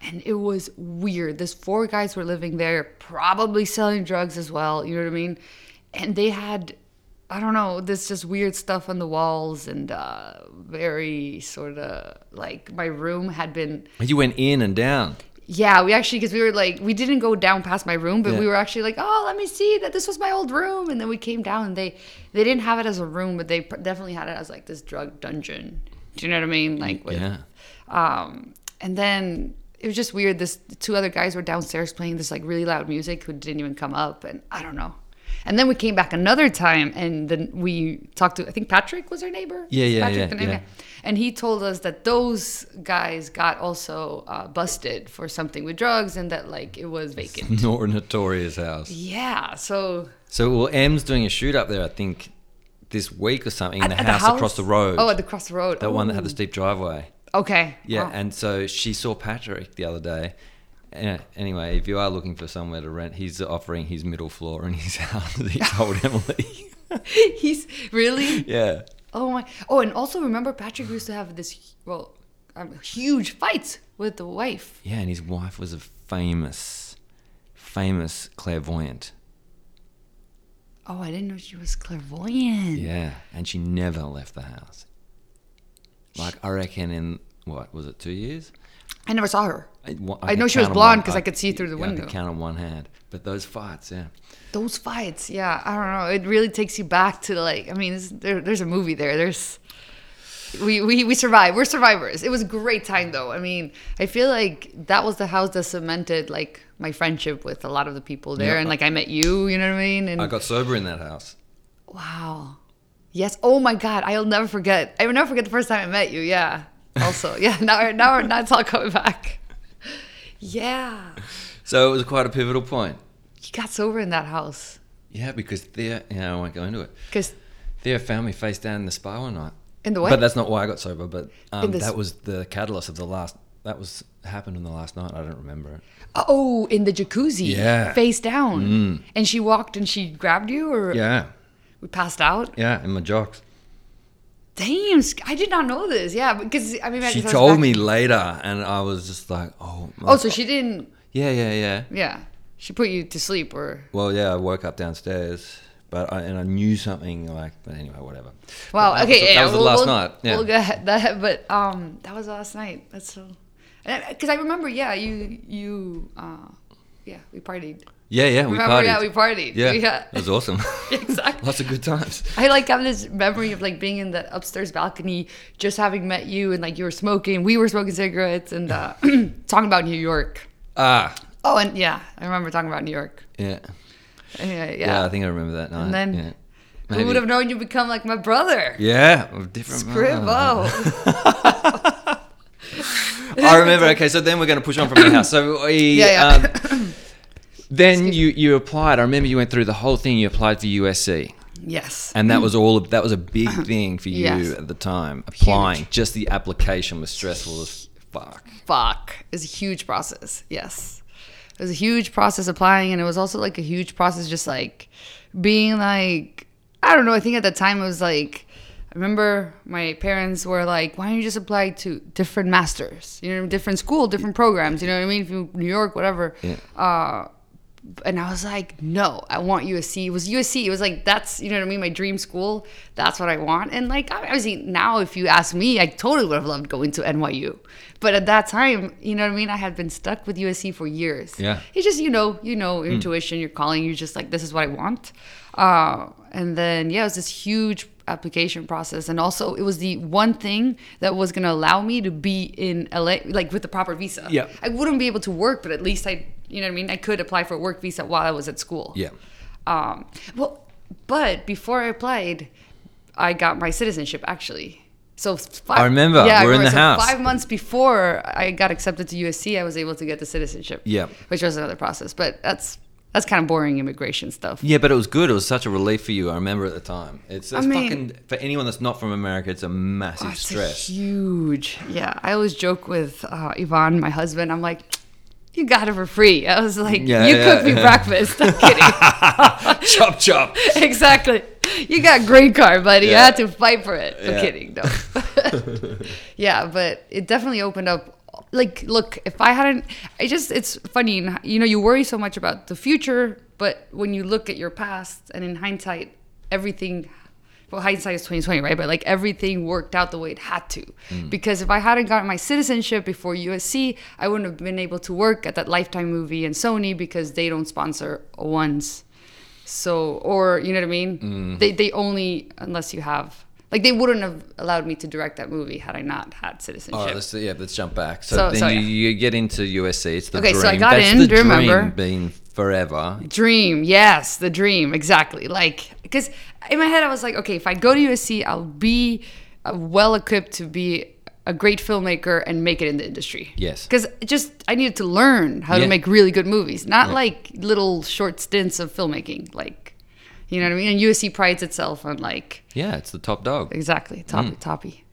and it was weird these four guys were living there probably selling drugs as well you know what i mean and they had I don't know, this just weird stuff on the walls and uh, very sort of like my room had been. You went in and down. Yeah, we actually, because we were like, we didn't go down past my room, but we Yeah. were actually like, oh, let me see that this was my old room. And then we came down and they, they didn't have it as a room, but they pr- definitely had it as like this drug dungeon. Do you know what I mean? Like, with, Yeah. um, and then it was just weird. This two other guys were downstairs playing this like really loud music who didn't even come up, and I don't know. And then we came back another time, and then we talked to I think Patrick was our neighbor. Yeah, yeah, Patrick, yeah, the neighbor. yeah. And he told us that those guys got also uh, busted for something with drugs, and that like it was vacant. Not a notorious house. yeah, so So well, M's doing a shoot up there, I think, this week or something in the, house, across the road. Oh, at the cross the road. that one that had the Ooh. steep driveway. Okay. Yeah, wow. and so she saw Patrick the other day. Yeah, Anyway, if you are looking for somewhere to rent, he's offering his middle floor in his house. that He told Emily. he's really yeah. Oh my! Oh, and also remember, Patrick used to have this well, um, huge fights with the wife. Yeah, and his wife was a famous, famous clairvoyant. Oh, I didn't know she was clairvoyant. Yeah, and she never left the house. Like, I reckon in, what, was it two years? I never saw her. I, one- I could know she was count on blonde one- 'cause I could see through the yeah, I window. could count on one hand. But those fights, yeah. Those fights, yeah. I don't know. It really takes you back to like. I mean, this, there, there's a movie there. There's. We, we, we survived. We're survivors. It was a great time though. I mean, I feel like that was the house that cemented like my friendship with a lot of the people there, Yeah. and like I met you. You know what I mean? And I got sober in that house. Wow. Yes. Oh my God. I'll never forget. I will never forget the first time I met you. Yeah. Also. Yeah. Now, now, now it's all coming back. Yeah. So it was quite a pivotal point. You got sober in that house Yeah, because Thea, yeah, I won't go into it. because Thea found me face down in the spa one night. in the what? But that's not why I got sober. But um, In the s- that was the catalyst of the last that was happened in the last night. I don't remember it. Oh, in the jacuzzi. Yeah. Face down. Mm. And she walked and she grabbed you or Yeah, we passed out. yeah, in my jocks. Damn, Sk- I did not know this. Yeah, because I mean, I She guess I was told back- me later, and I was just like, oh. Oh, so she didn't. Yeah, yeah, yeah. Yeah, she put you to sleep or. Well, yeah, I woke up downstairs, but I, and I knew something like. But anyway, whatever. Wow. That Okay. was the- yeah, that was the we'll- last we'll- night, yeah. We'll go ahead. That, but um, that was last night. That's so. Because I remember, yeah, you you uh, yeah, we partied. Yeah, yeah, we Remember, partied. yeah, we partied. Yeah, Yeah. it was awesome. Exactly. Lots of good times. I like have this memory of like being in the upstairs balcony, just having met you, and like you were smoking, we were smoking cigarettes, and uh, talking about New York. Ah, Oh, and yeah, I remember talking about New York. yeah, Anyway, yeah. yeah, I think I remember that night. And then- yeah. who Maybe- would have known you become like my brother? Yeah, a different. Scribble. I remember. Okay, so then we're going to push on from the house. So we, Yeah, yeah. Um, then you you applied. I remember you went through the whole thing. You applied for USC, Yes. and that was all. Of, that was a big thing for you Mm. Yes. at the time. Applying, just the application was stressful as fuck. fuck it was a huge process yes it was a huge process applying and it was also like a huge process just like being like i don't know i think at the time it was like i remember my parents were like why don't you just apply to different masters you know different school different programs you know what i mean if you new york whatever Yeah. uh and I was like, no, I want USC. It was USC. It was like, that's, you know what I mean? My dream school. That's what I want. And like, obviously, now if you ask me, I totally would have loved going to NYU. But at that time, you know what I mean? I had been stuck with USC for years. Yeah. Hmm. It's just, you know, you know, your intuition, your calling, you're just like, this is what I want. Uh, and then, yeah, it was this huge application process. And also, it was the one thing that was going to allow me to be in LA, like with the proper visa. Yeah. I wouldn't be able to work, but at least I, you know what I mean? I could apply for a work visa while I was at school. Yeah. Um, well, but before I applied, I got my citizenship actually. So five, I remember, Yeah, I we're in remember. the So house. Five months before I got accepted to USC, I was able to get the citizenship. Yeah. which was another process, but that's that's kind of boring immigration stuff. Yeah, but it was good. It was such a relief for you. I remember at the time. It's, I it's mean- Oh, fucking for anyone that's not from America. It's a massive It's stress. huge. Yeah, I always joke with uh, Ivan, my husband. I'm like. You got it for free. I was like, Yeah, you yeah, cooked me yeah. breakfast. I'm kidding. chop chop. exactly. You got green card, buddy. You Yeah. had to fight for it. I'm Yeah. kidding. No. yeah, but it definitely opened up. Like, look, if I hadn't, I just, it's funny. in- You know, you worry so much about the future, but when you look at your past and in hindsight, everything. Well, hindsight is twenty twenty, right? But like everything worked out the way it had to, Mm. because if I hadn't gotten my citizenship before USC, I wouldn't have been able to work at that Lifetime movie and Sony because they don't sponsor ones so or you know what i mean Mm-hmm. they, they only unless you have like they wouldn't have allowed me to direct that movie had i not had citizenship All right, let's, yeah, let's jump back. So, So- then so, you, yeah. you get into USC. It's the Okay, dream. so I got That's in, the do you remember? dream being forever. dream yes the dream exactly like because in my head i was like okay if i go to usc i'll be uh, well equipped to be a great filmmaker and make it in the industry Yes. because just i needed to learn how to Yeah. make really good movies not like little short stints of filmmaking like you know what i mean and usc prides itself on like Yeah, it's the top dog. exactly toppy toppy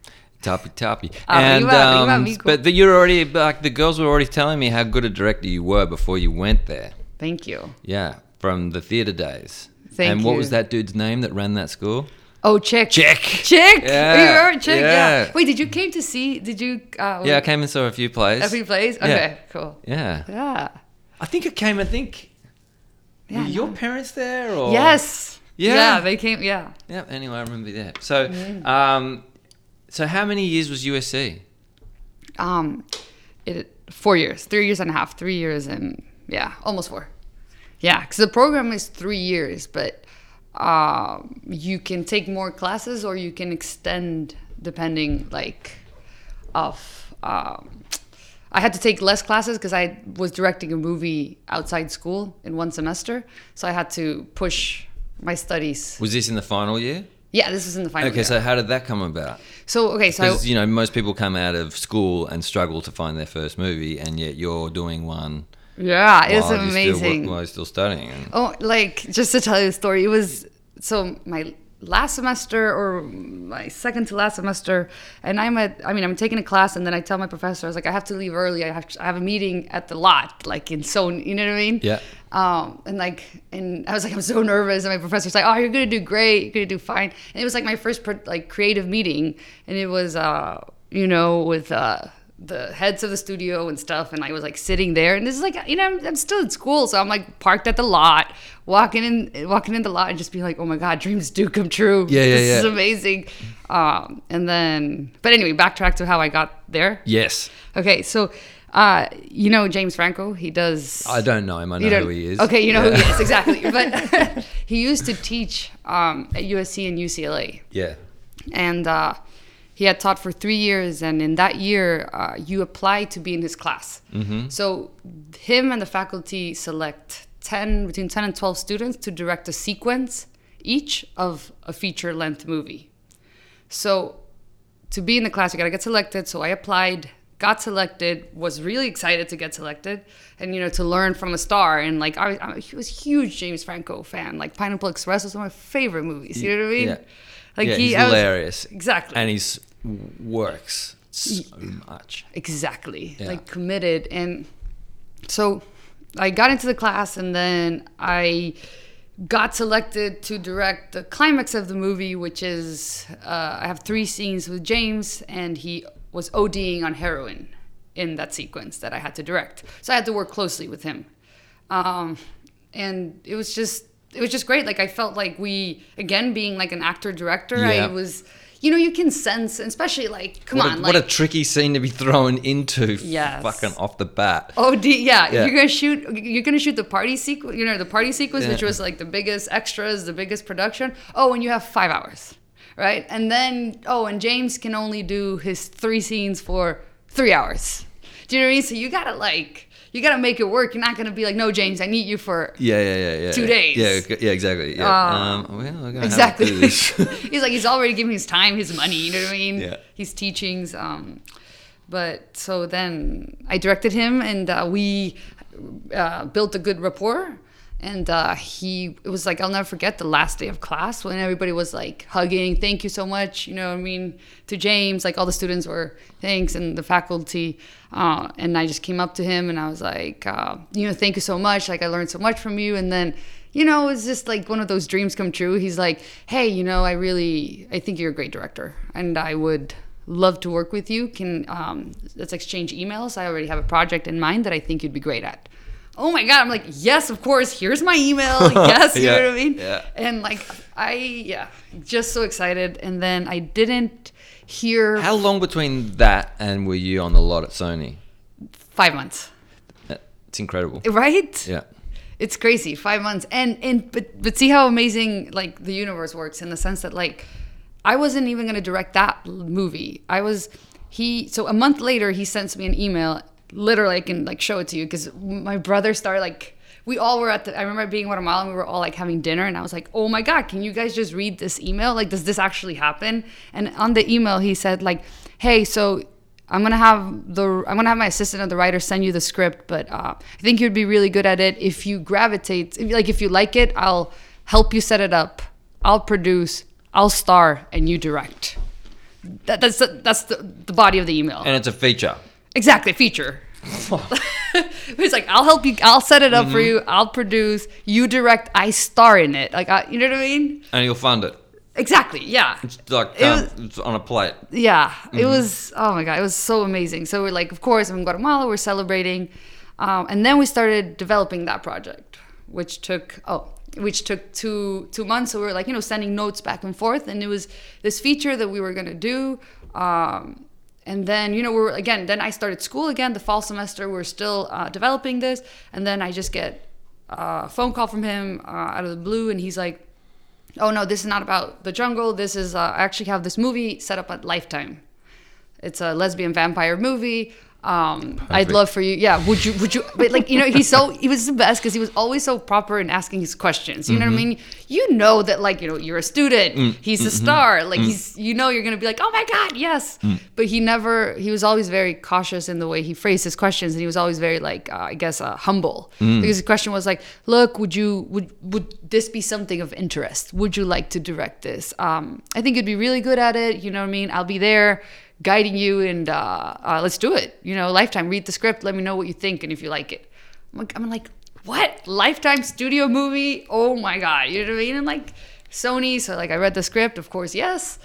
Toppy toppy. Arriba, and arriba, um, amigo. but the, you're already like the girls were already telling me how good a director you were before you went there. thank you Yeah, from the theater days. Thank and what you. was that dude's name that ran that school? Oh, chick. Chick. Chick. Yeah. Are you ever chick? Yeah. Yeah. Wait, did you came to see? Did you? Uh, Yeah, I came and saw a few plays. Every place. E Okay. Cool. Yeah. Yeah. I think I came. I think Yeah, were your parents there or Yes. Oh. Yeah. They came. Yeah. Yeah. Anyway, I remember that. So, um, so how many years was USC? Um, it four years, three years and a half, three years and yeah, almost four. Yeah, because the program is three years, but um, you can take more classes or you can extend depending like of. Um, I had to take less classes because I was directing a movie outside school in one semester, so I had to push my studies. Was this in the final year? Yeah, this was in the final. Okay, year. so how did that come about? so okay, so I, Because you know most people come out of school and struggle to find their first movie, and yet you're doing one. yeah, it's while you're still wor- amazing. while you're still studying. And- Oh, like just to tell you the story, it was so my last semester or my second to last semester and i'm at i mean i'm taking a class and then i tell my professor i was like i have to leave early i have, I have a meeting at the lot like in so you know what i mean Yeah. um, and like and i was like i'm so nervous and my professor's like oh you're gonna do great you're gonna do fine and it was like my first pr- like creative meeting and it was uh you know with uh the heads of the studio and stuff and i was like sitting there and this is like you know i'm, I'm still in school so i'm like parked at the lot walking in walking in the lot and just being like oh my god dreams do come true Yeah, yeah, this is yeah. amazing um and then but anyway backtrack to how i got there Yes. okay so uh you know james franco he does I don't know him. I you know who don't- he is. Okay, you know Yeah. who he is, exactly. But he used to teach um, at USC and UCLA. Yeah. And uh, he had taught for three years. And in that year, uh, you apply to be in his class. Mhm. So him and the faculty select 10, between 10 and 12 students to direct a sequence each of a feature length movie. So to be in the class, you gotta get selected. So I applied, got selected, was really excited to get selected, and you know to learn from a star. And like I, I was a huge James Franco fan. Like Pineapple Express was one of my favorite movies. You know what I mean? Yeah. Like yeah, he, he's I was- hilarious. exactly. And he's works so much. Exactly. Yeah. Like committed. And so I got into the class and then I got selected to direct the climax of the movie, which is uh, I have three scenes with James and he was ODing on heroin in that sequence that I had to direct. So I had to work closely with him. Um, and it was just it was just great. Like I felt like we again being like an actor director, Yeah. I was you know, you can sense, especially like, come what on, a, like what a tricky scene to be thrown into. Yes. Fucking off the bat. Oh, D- yeah. Yeah. You're gonna shoot. You're gonna shoot the party sequence. You know the party sequence, which Yeah. was like the biggest extras, the biggest production. Oh, and you have five hours, right? And then oh, and James can only do his three scenes for three hours. Do you know what I mean? So you gotta like, you gotta make it work. You're not gonna be like, no, James, I need you for. Yeah, yeah, yeah, yeah. Two yeah. days. Yeah, okay, yeah, exactly. Yeah. Ah. um, well, okay, Exactly. How do this? he's like he's already giving his time, his money. You know what I mean? Yeah. His teachings. Um, but so then I directed him, and uh, we uh, built a good rapport. And uh, he, it was like I'll never forget the last day of class when everybody was like hugging, thank you so much. You know, what I mean, to James, like all the students were thanks, and the faculty. Uh, and I just came up to him and I was like, uh, you know, thank you so much. Like I learned so much from you. And then you know, it's just like one of those dreams come true. He's like, hey, you know, I really, I think you're a great director, and I would love to work with you. Can um, let's exchange emails. I already have a project in mind that I think you'd be great at. Oh my god! I'm like, yes, of course. Here's my email. Yes, you Yeah, know what I mean. yeah. And like, I yeah, just so excited. And then I didn't hear How long between that and were you on the lot at Sony? five months, Uh, It's incredible. right? Yeah. it's crazy five months and and but but see how amazing like the universe works in the sense that like i wasn't even going to direct that l- movie i was he so a month later he sends me an email literally i can like show it to you because my brother started like we all were at the i remember being in guatemala and we were all like having dinner and i was like oh my god can you guys just read this email like does this actually happen and on the email he said like hey so I'm gonna have the I'm gonna have my assistant or the writer send you the script, but uh, I think you'd be really good at it. If you gravitate, if, like if you like it, I'll help you set it up. I'll produce. I'll star, and you direct. That, that's the, that's the, the body of the email. And it's a feature. Exactly, feature. He's like, I'll help you. I'll set it up Mm-hmm. for you. I'll produce. You direct. I star in it. Like, I, you know what I mean? And you'll fund it. Exactly. Yeah. It's like It um, was- it's on a plate. Yeah, it was. Oh my god, it was so amazing. So we're like, of course, I'm in Guatemala. We're celebrating, um, and then we started developing that project, which took oh, which took two two months. So we were like, you know, sending notes back and forth, and it was this feature that we were gonna do. Um, and then you know we're again. Then I started school again. The fall semester, we're still uh, developing this, and then I just get a phone call from him uh, out of the blue, and he's like, oh no this is not about the jungle this is uh, i actually have this movie set up at lifetime it's a lesbian vampire movie Um, I'd love for you. Yeah, would you? Would you? But like you know, he's so he was the best because he was always so proper in asking his questions. You know what I Mhm. mean? You know that like you know you're a student. Mm, He's a mhm, star. Like mm. he's you know you're gonna be like oh my god yes. Mm. But he never. He was always very cautious in the way he phrased his questions, and he was always very like uh, I guess uh, humble Mm. because his question was like, look, would you would would this be something of interest? Would you like to direct this? Um, I think you'd be really good at it. You know what I mean? I'll be there guiding you and uh, uh, let's do it. You know, Lifetime, read the script, let me know what you think and if you like it. I'm like, I'm like what? Lifetime studio movie? Oh my God. You know what I mean? And like Sony, so like I read the script, of course, yes.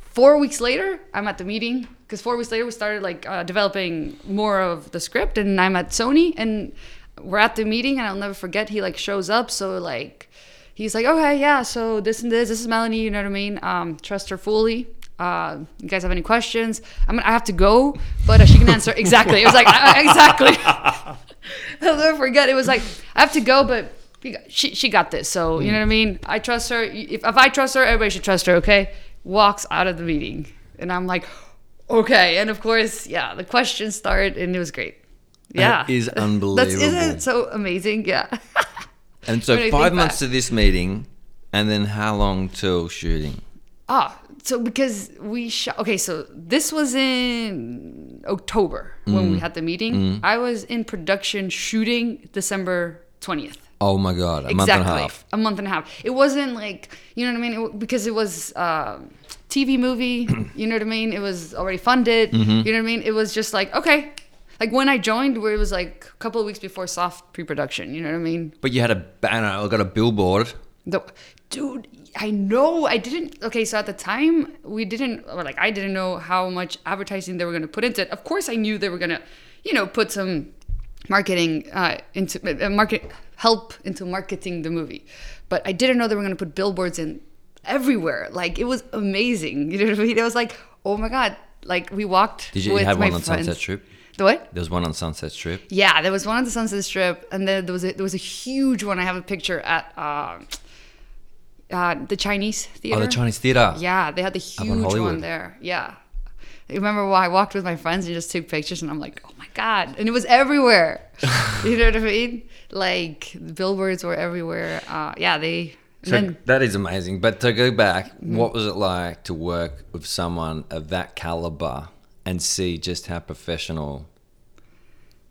Four weeks later, I'm at the meeting because four weeks later we started like uh, developing more of the script and I'm at Sony and we're at the meeting and I'll never forget he like shows up. So like he's like, okay, yeah, so this and this, this is Melanie, you know what I mean? Um, trust her fully. Uh, you guys have any questions? I mean, I have to go, but uh, she can answer exactly. It was like I- I- exactly. I'll never forget. It was like I have to go, but we got- she she got this. So you know what I Mm. mean. I trust her. If, if I trust her, everybody should trust her. Okay. Walks out of the meeting, and I'm like, okay. And of course, yeah, the questions start, and it was great. Yeah, That is That's, isn't unbelievable. it so amazing? Yeah. And so When I think five months back. to this meeting, and then how long till shooting? Ah, so because we shot. Okay, so this was in October when we Mm. had the meeting. Mm. I was in production shooting December twentieth. Oh my god, a month and a half. A month and a half. It wasn't like you know what I mean, It w- because it was um TV movie. you know what I mean. It was already funded. Mhm. You know what I mean. It was just like okay, like when I joined, where it was like a couple of weeks before soft pre-production. You know what I mean. But you had a banner. I got a billboard. The, dude, I know I didn't. Okay, so at the time we didn't, or like I didn't know how much advertising they were going to put into it. Of course, I knew they were going to, you know, put some marketing uh, into uh, market help into marketing the movie, but I didn't know they were going to put billboards in everywhere. Like it was amazing. You know what I mean? It was like, oh my god! Like we walked. Did you, with you have my one on friends. Sunset Strip? The what? There was one on Sunset Strip. Yeah, there was one on the Sunset Strip, and then there was a, there was a huge one. I have a picture at uh, uh, the Chinese theater. Oh, the Chinese theater. Yeah, they had the Up on huge one Hollywood. there. Yeah, I remember when I walked with my friends and just took pictures, and I'm like, oh my god! And it was everywhere. you know what I mean? Like the billboards were everywhere. Uh, yeah, they. and So then, that is amazing. But to go back, what was it like to work with someone of that caliber and see just how professional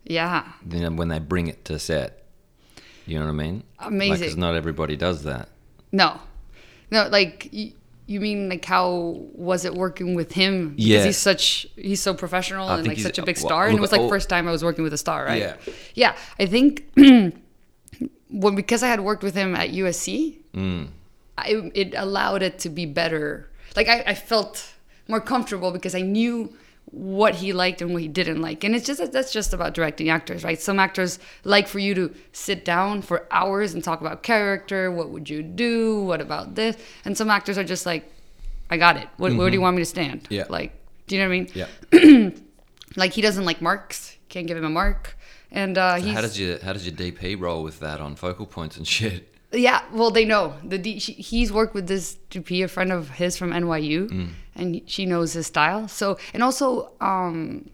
yeah, you know, when they bring it to set? You know what I mean? Because Amazing. not everybody does that. no, no, like. You, you mean like how was it working with him? Because Yeah. he's such he's so professional I and think like he's- such a big well, star, and it look, was like all- first time I was working with a star, right? Yeah. Yeah, I think when because I had worked with him at USC, Mm. I, it allowed it to be better. Like I, I felt more comfortable because I knew what he liked and what he didn't like. And it's just that that's just about directing actors, right? Some actors like for you to sit down for hours and talk about character. What would you do? What about this? And some actors are just like, I got it. What, Where do you Mhm. want me to stand? Yeah. Like, do you know what I mean? Yeah. Like he doesn't like marks. Can't give him a mark. And uh, So he's how does your how does your DP roll with that on focal points and shit? Yeah, well, they know the D, she, he's worked with this DP, a friend of his from NYU, Mm. and she knows his style. So, and also, um,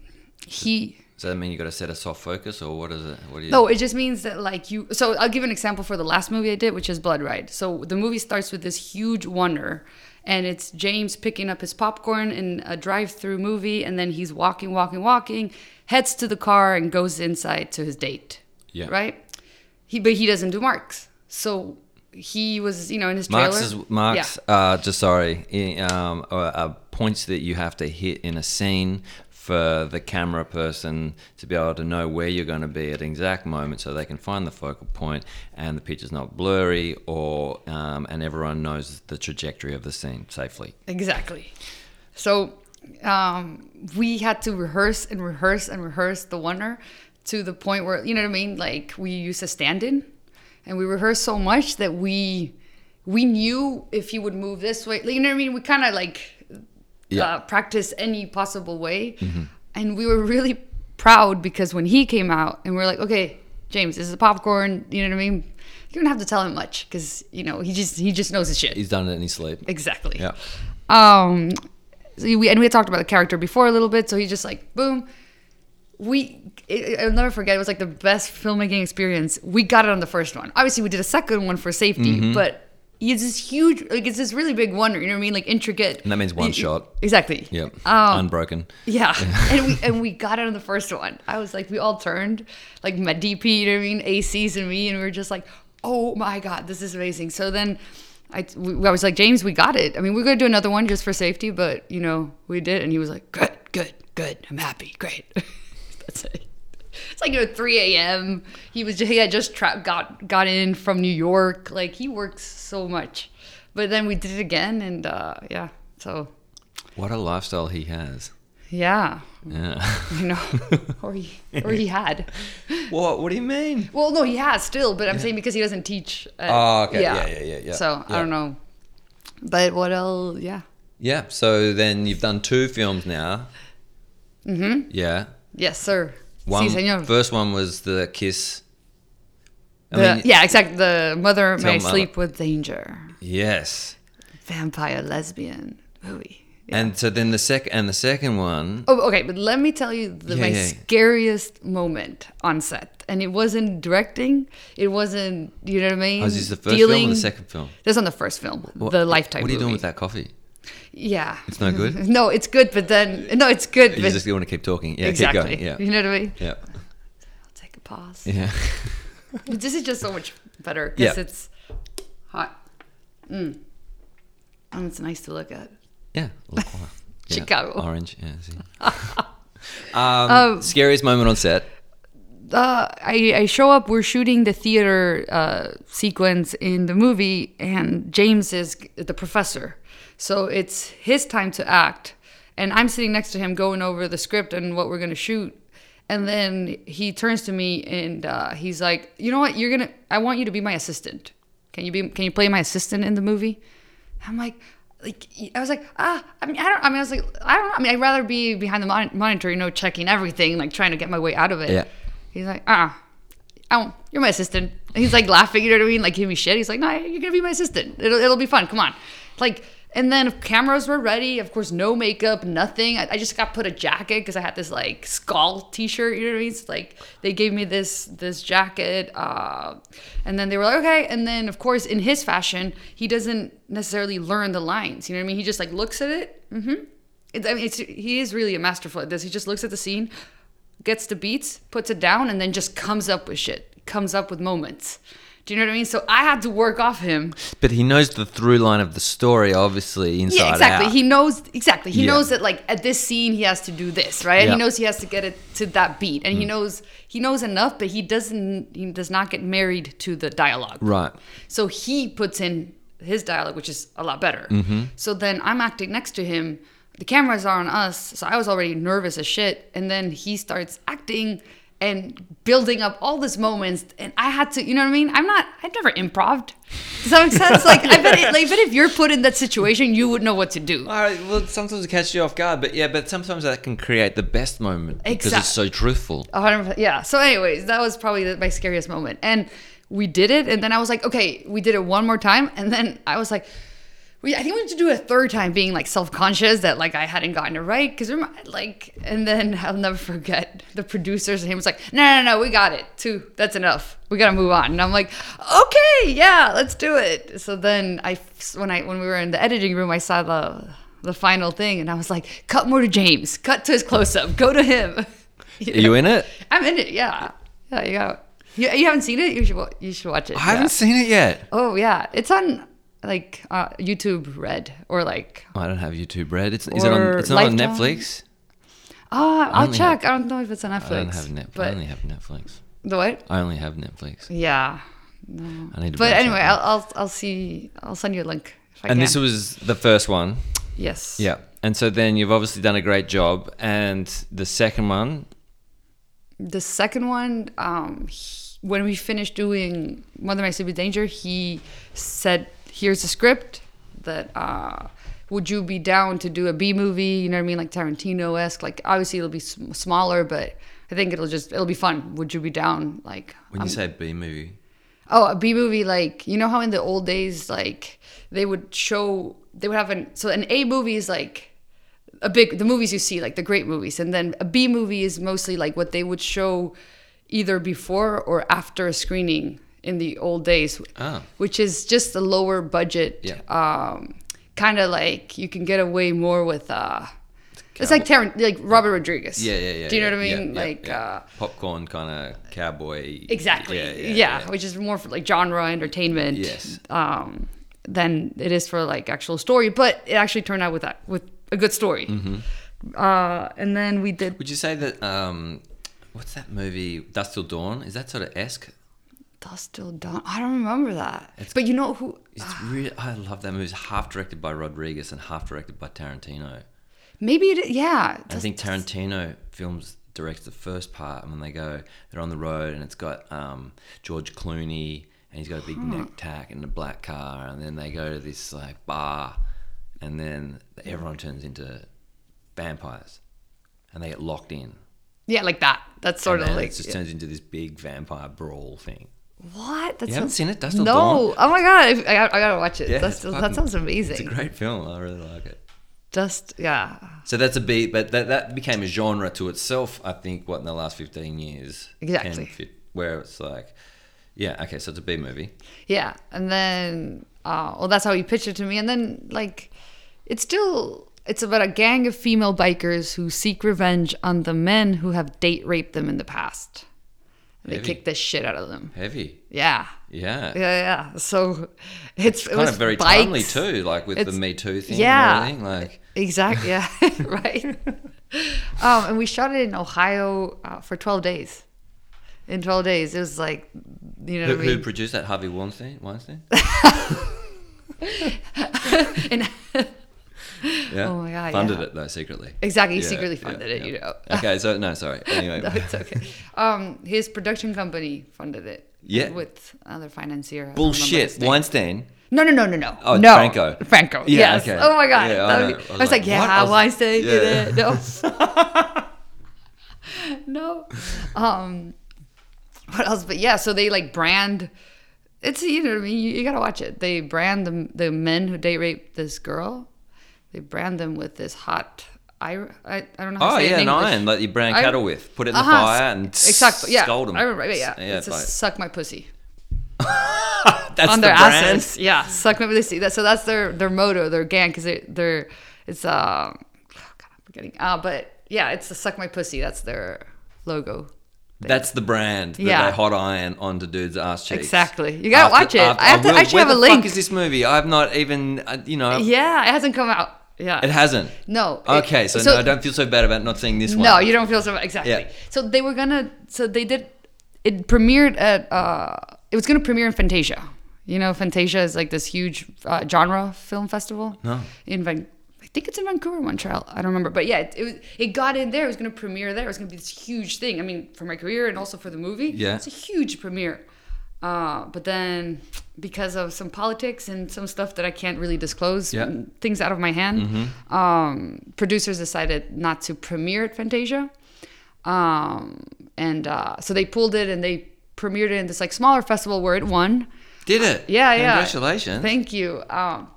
he Does that mean you got to set a soft focus or what is it? What do you? no, it just means that like you. So I'll give an example for the last movie I did, which is Blood Ride. So the movie starts with this huge wonder, and it's James picking up his popcorn in a drive-through movie, and then he's walking, walking, walking, heads to the car, and goes inside to his date. Yeah. Right. He but he doesn't do marks. So he was you know in his trailer. Marks is marks. Uh, just sorry. i- Um, uh, uh, points that you have to hit in a scene for the camera person to be able to know where you're going to be at an exact moment, so they can find the focal point and the picture's not blurry, or um, and everyone knows the trajectory of the scene safely. Exactly. So um, we had to rehearse and rehearse and rehearse the wonder to the point where you know what I mean. Like we used to stand in, and we rehearsed so much that we we knew if he would move this way. You know what I mean. We kind of like Yeah. Mm-hmm. uh, practice any possible way, and we were really proud because when he came out and we are like, okay, James, this is popcorn. You know what I mean. You don't have to tell him much because you know he just he just knows his shit. He's done it in his sleep. Exactly. Yeah. Um, so we, and we had talked about the character before a little bit. So he just like boom, we it, I'll never forget. It was like the best filmmaking experience. We got it on the first one. Obviously, we did a second one for safety, Mhm. but it's this huge, like it's this really big wonder. You know what I mean? Like intricate. And that means one y- y- shot. Exactly. Yep. Um, Unbroken. Yeah, and we and we got it on the first one. I was like, we all turned, like my DP, you know what I mean, ACs and me, and we were just like, oh my god, this is amazing. So then, I we, I was like, James, we got it. I mean, we are gonna do another one just for safety, but you know, we did, and he was like, good, good, good. I'm happy, great. That's it. It's like you know, 3 a.m. He was he had just tra- got got in from New York. Like he works so much, but then we did it again, and uh, yeah, so What a lifestyle he has. yeah. Yeah. You know, or he or he had. What? What do you mean? Well, no, he has still, but I'm saying because he doesn't teach. uh, Oh, okay. Yeah, yeah, yeah, yeah. So Yeah. I don't know, but what else? Yeah. Yeah. So then you've done two films now. Mm-hmm. Yeah. Yes, sir. One. si, señor. First one was the kiss. I The- mean, yeah, exactly. The mother Tell may mother. sleep with danger. Yes. Vampire lesbian movie. And so then the sec and the second one. Oh, okay. But let me tell you the, Yeah, my yeah, yeah. scariest moment on set, and it wasn't directing. It wasn't. You know what I mean? Oh, is this the first film or the second film? This on the first film, What- the Lifetime. What are you doing movie. with that coffee? Yeah. It's no good? no, it's good, but then no, it's good. You but just want to keep talking. Yeah, exactly. keep going. Yeah. You know what I mean? Yeah. Take a pause. Yeah. But this is just so much better Yeah. because it's hot. Mm. And it's nice to look at. Yeah. Look, wow. Yeah, Chicago. Orange. Yeah. I see. um, Um, scariest moment on set. Uh, I, I show up, we're shooting the theater uh, sequence in the movie, and James is the professor. So it's his time to act. And I'm sitting next to him going over the script and what we're going to shoot. And then he turns to me and uh, he's like, You know what? You're going to, I want you to be my assistant. Can you be, can you play my assistant in the movie? I'm like, like I was like, ah, I mean, I don't. I mean, I was like, I don't know. I mean, I'd rather be behind the mon- monitor, you know, checking everything, like trying to get my way out of it. Yeah. He's like, ah, oh, you're my assistant. And he's like laughing, you know what I mean? Like giving me shit. He's like, no, you're gonna be my assistant. It'll, it'll be fun. Come on. Like, and then cameras were ready. Of course, no makeup, nothing. I, I just got put a jacket because I had this like skull T-shirt. You know what I mean? It's like they gave me this this jacket, uh, and then they were like, okay. And then of course, in his fashion, he doesn't necessarily learn the lines. You know what I mean? He just like looks at it. Mm-hmm. It's, I mean, it's, he is really a masterful at this. He just looks at the scene, gets the beats, puts it down, and then just comes up with shit. Comes up with moments. Do you know what I mean? So I had to work off him. But he knows the through line of the story, obviously, inside yeah, exactly. out. He knows exactly. He Yeah. knows that like at this scene he has to do this, right? And Yeah. he knows he has to get it to that beat, and he Mm. knows he knows enough, but he doesn't. He does not get married to the dialogue. right. So he puts in his dialogue, which is a lot better. Mhm. So then I'm acting next to him. The cameras are on us, so I was already nervous as shit. And then he starts acting and building up all these moments, and I had to, you know what I mean? I'm not, I've never improved. Does that make sense? Like, I bet, it, like, I bet if you're put in that situation, you would know what to do. All right. Well, sometimes it catches you off guard, but yeah, but sometimes that can create the best moment because Exact- it's so truthful. A hundred percent. Yeah. So, anyways, that was probably the, my scariest moment, and we did it. And then I was like, okay, we did it one more time, and then I was like, we, I think we need to do it a third time, being like self-conscious that like I hadn't gotten it right, because like, and then I'll never forget the producers and him was like, no, no, no, we got it, two, that's enough, we gotta move on, and I'm like, okay, yeah, let's do it. So then I, when I when we were in the editing room, I saw the the final thing, and I was like, cut more to James, cut to his close-up, go to him. Are you in it? I'm in it. Yeah. Yeah. You got. You, you haven't seen it? You should. wa- You should watch it. I haven't seen it yet. Oh yeah, it's on like uh, YouTube Red or like. I don't have YouTube Red. It's is it on? Or It's not on Lifetime. Netflix. Ah, I I'll only check. have- I don't know if it's on Netflix. I don't have Netflix. I But only have Netflix. the what? I only have Netflix. Yeah. No. I need to but branch anyway, I'll, out I'll I'll see. I'll send you a link. If I And can. this was the first one. Yes. Yeah. And so then you've obviously done a great job. And the second one, The second one, um, he- when we finished doing Mother May Sleep with Danger, he said, "Here's the script. That uh, would you be down to do a B movie? You know what I mean, like Tarantino esque. Like obviously it'll be sm- smaller, but I think it'll just it'll be fun. Would you be down? Like when um, you say B movie, Oh, a B movie, like you know how in the old days, like they would show they would have an so an A movie is like a big the movies you see like the great movies and then a b movie is mostly like what they would show either before or after a screening in the old days Ah. which is just a lower budget Yeah. um kind of like you can get away more with uh it's like Tarant- like Robert Rodriguez. Yeah, yeah, yeah. Do you know yeah, what I yeah, mean? yeah, like yeah. Uh, popcorn kind of cowboy. exactly yeah, which is more for like genre entertainment Yes. um than it is for like actual story but it actually turned out with that with a good story Mhm. uh and then we did Would you say that? Um, what's that movie? Dust Till Dawn. Is that sort of esque? dust till dawn i don't remember that but you know who It's really. I love that movie. It's half directed by Rodriguez and half directed by Tarantino. maybe it yeah I think Tarantino films directs the first part, and when they go, they're on the road, and it's got um, George Clooney, and he's got a big Huh. neck tack and a black car, and then they go to this like bar, and then everyone turns into vampires, and they get locked in. yeah like that that's sort and of then like it just turns into this big vampire brawl thing. what that's You haven't seen it, Dust no Till Dawn? oh my god I, I, gotta- I gotta watch it Yeah, Dust it's Till- that fucking- sounds amazing It's a great film. I really like it. dust yeah So that's a beat, but that, that became a genre to itself, I think, what, in the last 15 years? 10, Exactly. fif- where it's like, yeah, okay, so it's a B movie. Yeah, and then uh, well, that's how he pitched it to me, and then like, it's still it's about a gang of female bikers who seek revenge on the men who have date raped them in the past. And they Heavy. kick the shit out of them. Heavy. Yeah. Yeah. Yeah, yeah. So it's it Kind was of very bikes. timely, too, like with It's- the Me Too thing yeah. and everything. Like, Exactly. Yeah. right. um, and we shot it in Ohio uh, for twelve days. In twelve days, it was like, you know who, what I who mean? produced that? Harvey Weinstein? Weinstein? and Yeah. Oh my god! Funded yeah. it, though, secretly. Exactly, he Yeah, secretly yeah, funded it. yeah. You know. Okay, so, no, sorry. Anyway. no, it's okay. Um, his production company funded it. Yeah. With another financier. I don't remember Bullshit. his name. Weinstein. No, no, no, no, no. Oh, no. Franco. Franco. Yeah, yes. okay. Oh my god. Yeah, I That know. would be- I I, was was like, like, what? yeah, I was- Weinstein did Yeah. it. No. no. Um, what else? But yeah, so they like brand. It's you know what I mean. You, you gotta watch it. They brand the the men who date rape this girl. They brand them with this hot. I, I, I don't know. How to Oh, say it yeah, in an English. iron that you brown I- cattle with. Put it in the Uh-huh, fire and exactly. Yeah, scold them. I remember. Yeah, it's, like- a suck my pussy That's on the their brand? asses. Yeah, suck my pussy. That, so that's their their motto, their gang, because they're, they're it's uh, oh God, I'm forgetting. Uh, but yeah, it's the suck my pussy. That's their logo. That's the brand that Yeah. they hot iron onto dudes' ass cheeks. Exactly. You gotta watch it. I have to- I will- actually where have a the link. Fuck is this movie? I've not even, uh, you know, Yeah, it hasn't come out. Yeah, it hasn't. No. it- Okay, so, no, I don't feel so bad about not seeing this one. No, you don't feel so bad. Exactly. Yeah. So they were gonna. So they did. It premiered at. Uh, it was gonna premiere in Fantasia. You know, Fantasia is like this huge uh, genre film festival. No. In Van, I think it's in Vancouver, Montreal. I don't remember, but yeah, it, it was. It got in there. It was gonna premiere there. It was gonna be this huge thing. I mean, for my career and also for the movie. Yeah. It's a huge premiere. Uh, but then, because of some politics and some stuff that I can't really disclose, Yeah. things out of my hand, Mhm. um, producers decided not to premiere at Fantasia. Um, and uh, so they pulled it and they premiered it in this like smaller festival where it won. Did it? Yeah, yeah. Congratulations. Thank you. Um,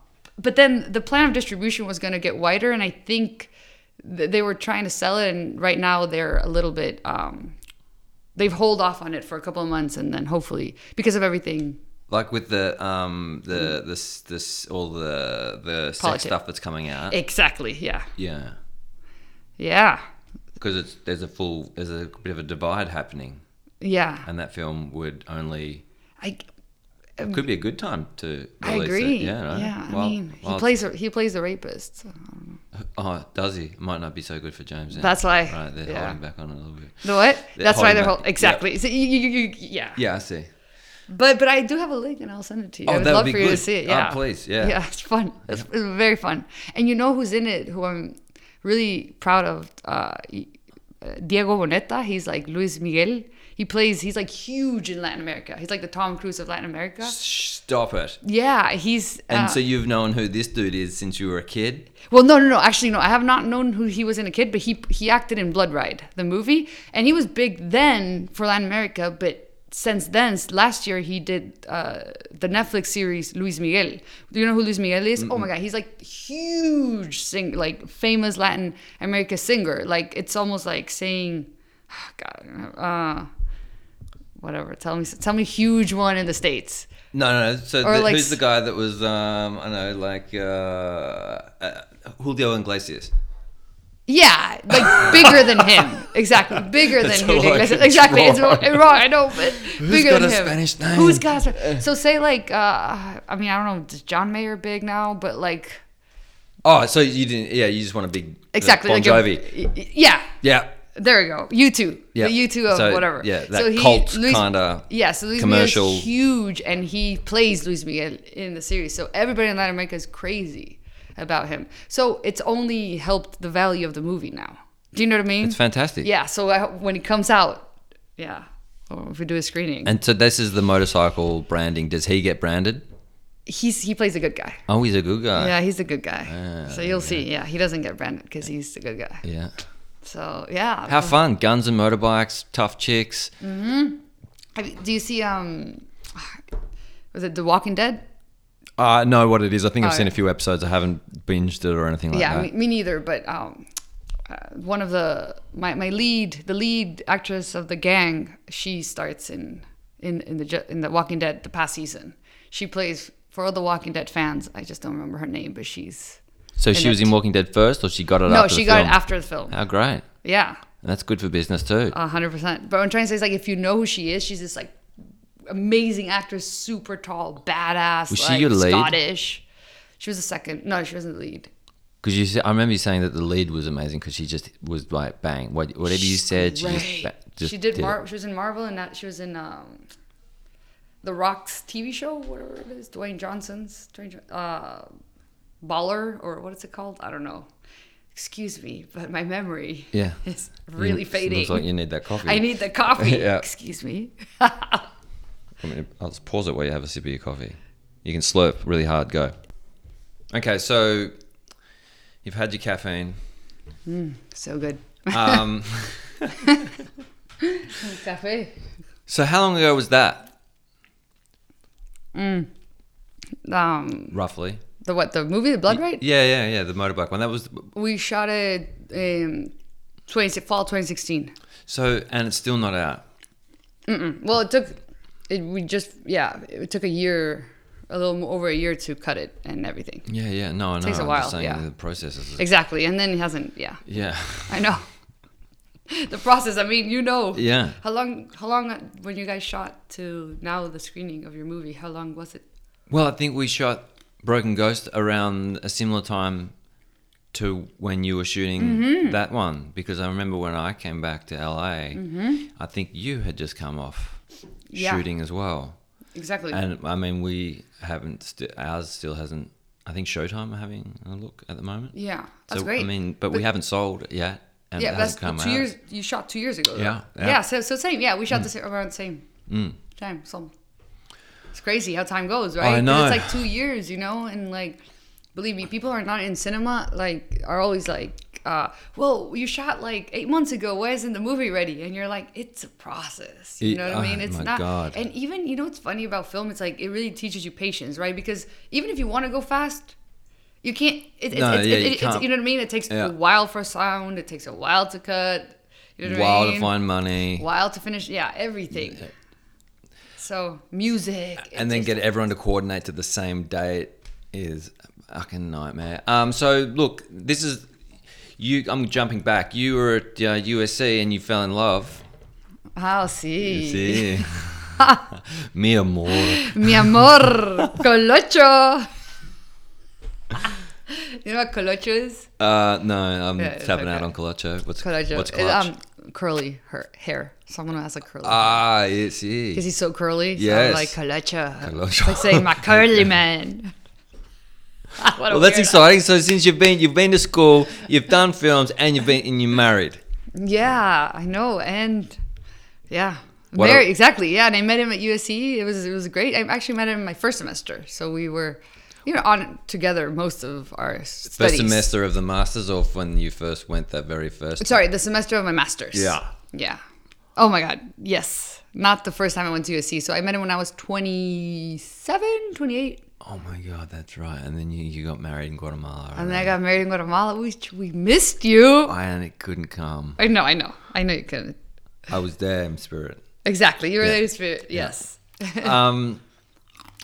but then the plan of distribution was going to get wider, and I think th- they were trying to sell it. And right now they're a little bit um, they've hold off on it for a couple of months, and then hopefully because of everything. Like with the um the this this all the the sex Politics. stuff that's coming out. Exactly. Yeah. Yeah, Yeah. because it's there's a full there's a bit of a divide happening, Yeah. and that film would only I. it could be a good time to. Mm. I Release agree. It. Yeah, no? yeah. I Wild- mean, he wild plays a, he plays the rapist. so. Oh, does he? Might not be so good for James. Then. That's why- Right, they're yeah. holding back on it a little bit. The what? They're That's why holding they're back- whole exactly. So you, you, you, yeah. Yeah, I see. But but I do have a link and I'll send it to you. Oh, I would that would love be for you to good. see it. Ah, Yeah, please, yeah. Yeah, it's fun. It's very fun. And you know who's in it? Who I'm really proud of? Uh, Diego Boneta. He's like Luis Miguel. He plays. He's like huge in Latin America. He's like the Tom Cruise of Latin America. Stop it. Yeah, he's. And uh, so you've known who this dude is since you were a kid. Well, no, no, no. Actually, no. I have not known who he was in a kid, but he he acted in Blood Ride, the movie, and he was big then for Latin America. But since then, last year he did uh, the Netflix series Luis Miguel. Do you know who Luis Miguel is? Mm-mm. Oh my god, he's like huge sing, like famous Latin America singer. Like it's almost like saying, oh God, uh, whatever. Tell me, tell me, huge one in the states. No, no, no. So the, like, who's the guy that was? Um, I know, like uh, uh, Julio Iglesias. Yeah, like bigger than him. Exactly, bigger than Julio Iglesias. Exactly, it's wrong. I know, but Who's bigger got than a him. Spanish name? Eh. Who's got? A, Spa- so say like, uh, I mean, I don't know. Is John Mayer big now? But like, Oh, so you didn't? Yeah, you just want a big uh, exactly. Bon like a- Jovi. yeah. yeah. There we go. You two. Yeah. The you two of So, whatever. yeah, that cult kinda Yeah, so Luis commercial- Miguel is huge and he plays Luis Miguel in the series. So everybody in Latin America is crazy about him. So it's only helped the value of the movie now. Do you know what I mean? It's fantastic. Yeah, so I, hope when it comes out, yeah, or if we do a screening, And so this is the motorcycle branding. Does he get branded? he's he plays a good guy. Oh, he's a good guy. yeah, he's a good guy. Ah, so you'll see. Yeah, he doesn't get branded because he's a good guy. Yeah. So yeah. How fun! Guns and motorbikes, tough chicks. Mm-hmm. Have, you- do you see um, was it The Walking Dead? I know Uh, what it is. I think I've Oh, seen yeah. a few episodes. I haven't binged it or anything like yeah, that. me, me neither. But um, uh, one of the my, my lead, the lead actress of the gang, she starts in in in the ju- in the Walking Dead the past season. She plays for all the Walking Dead fans. I just don't remember her name, but she's so she was it. in Walking Dead first, or she got it No, after she the got it film? after Uh, the film. How great! yeah, And that's good for business too. a hundred percent. But what I'm trying to say is like if you know who she is, she's this like amazing actress, super tall, badass, Was she like your lead? Scottish. She was the second. No, she wasn't the lead. Because you, said, I remember you saying that the lead was amazing because she just was like bang, what, whatever you said, she just, ba- just she did. it. Mar- she was in Marvel, and that she was in um, the Rock's TV show, whatever it is, Dwayne Johnson's Dwayne Jo- uh, Baller or what is it called? I don't know. Excuse me, but my memory Yeah. is You- really it fading. Looks like you need that coffee. I need the coffee. yeah. Excuse me. I mean, I'll just pause it while you have a sip of your coffee. You can slurp really hard. Go. Okay, so you've had your caffeine. Mm, so good. Um, Cafe. so how long ago was that, Mm. Um, roughly? the what? The movie, The Blood Right? Yeah, yeah, yeah. The motorbike one. That was We shot it in 20, fall 2016. so, and it's still not out. Mm-mm. Well, it took. It we just yeah. It took a year, a little mo- over a year to cut it and everything. Yeah, yeah. No, I know. Takes a I'm while, Just saying yeah. The process is Exactly, and then he hasn't. Yeah, Yeah. I know. the process. I mean, you know. Yeah. How long? How long uh, when you guys shot to now the screening of your movie? How long was it? Well, I think we shot Broken Ghost around a similar time to when you were shooting Mhm. that one because I remember when I came back to LA, Mhm. I think you had just come off Yeah. shooting as well. Exactly. And I mean, we haven't, st- ours still hasn't, I think Showtime are having a look at the moment. Yeah, that's so, I great. mean, but, we But- haven't sold it yet. And yeah, it that's hasn't come two out. years. You shot two years ago. though. Yeah, Yeah. yeah. so so same. Yeah, we shot the same around the same Mm. time. So it's crazy how time goes, right? 'Cause know. It's like two years, you know, and like believe me, people are not in cinema. Like are always like, uh, well, you shot like eight months ago. Why isn't the movie ready? And you're like, it's a process. You It- know what I mean? oh It's my not. God. And even you know what's funny about film? It's like it really teaches you patience, right? Because even if you want to go fast. You can't. It, it's, No, it's, yeah, it, you it's, can't. you know what I mean. It takes Yeah. a while for sound. It takes a while to cut. You know what While I mean? to find money. While to finish. Yeah, everything. So music. and then get everyone to coordinate to the same date is a fucking nightmare. Um, so look, this is you. I'm jumping back. You were at uh, USC and you fell in love. I'll see. See, mi amor. Mi amor, colocho. you know what colocho is? Uh, no, I'm Yeah, it's tapping out okay. on Colocho. What's Colocho. What's is, clutch? um, curly her hair. Someone who has a curly. ah, yes, yes. because he's so curly. Yes. So I'm like colocho. Colocho. It's like saying my curly man. What a well, that's weirdo. exciting. So since you've been you've been to school, you've done films, and you've been and you're married. Yeah, I know, and yeah, What Mar- a- exactly. Yeah, and I met him at USC. It was it was great. I actually met him in my first semester, so we were, you know, on together most of our First studies. semester of the masters, or when you first went that very first. Sorry, the semester of my master's. Yeah. Yeah. Oh my God. Yes. Not the first time I went to USC. So I met him when I was 27, 28. Oh my God, that's right. And then you, you got married in Guatemala. And then I got married in Guatemala. We, we missed you. I, and it couldn't come. I know, I know. I know you couldn't. I was there in spirit. Exactly. You were there in spirit. Yes. um,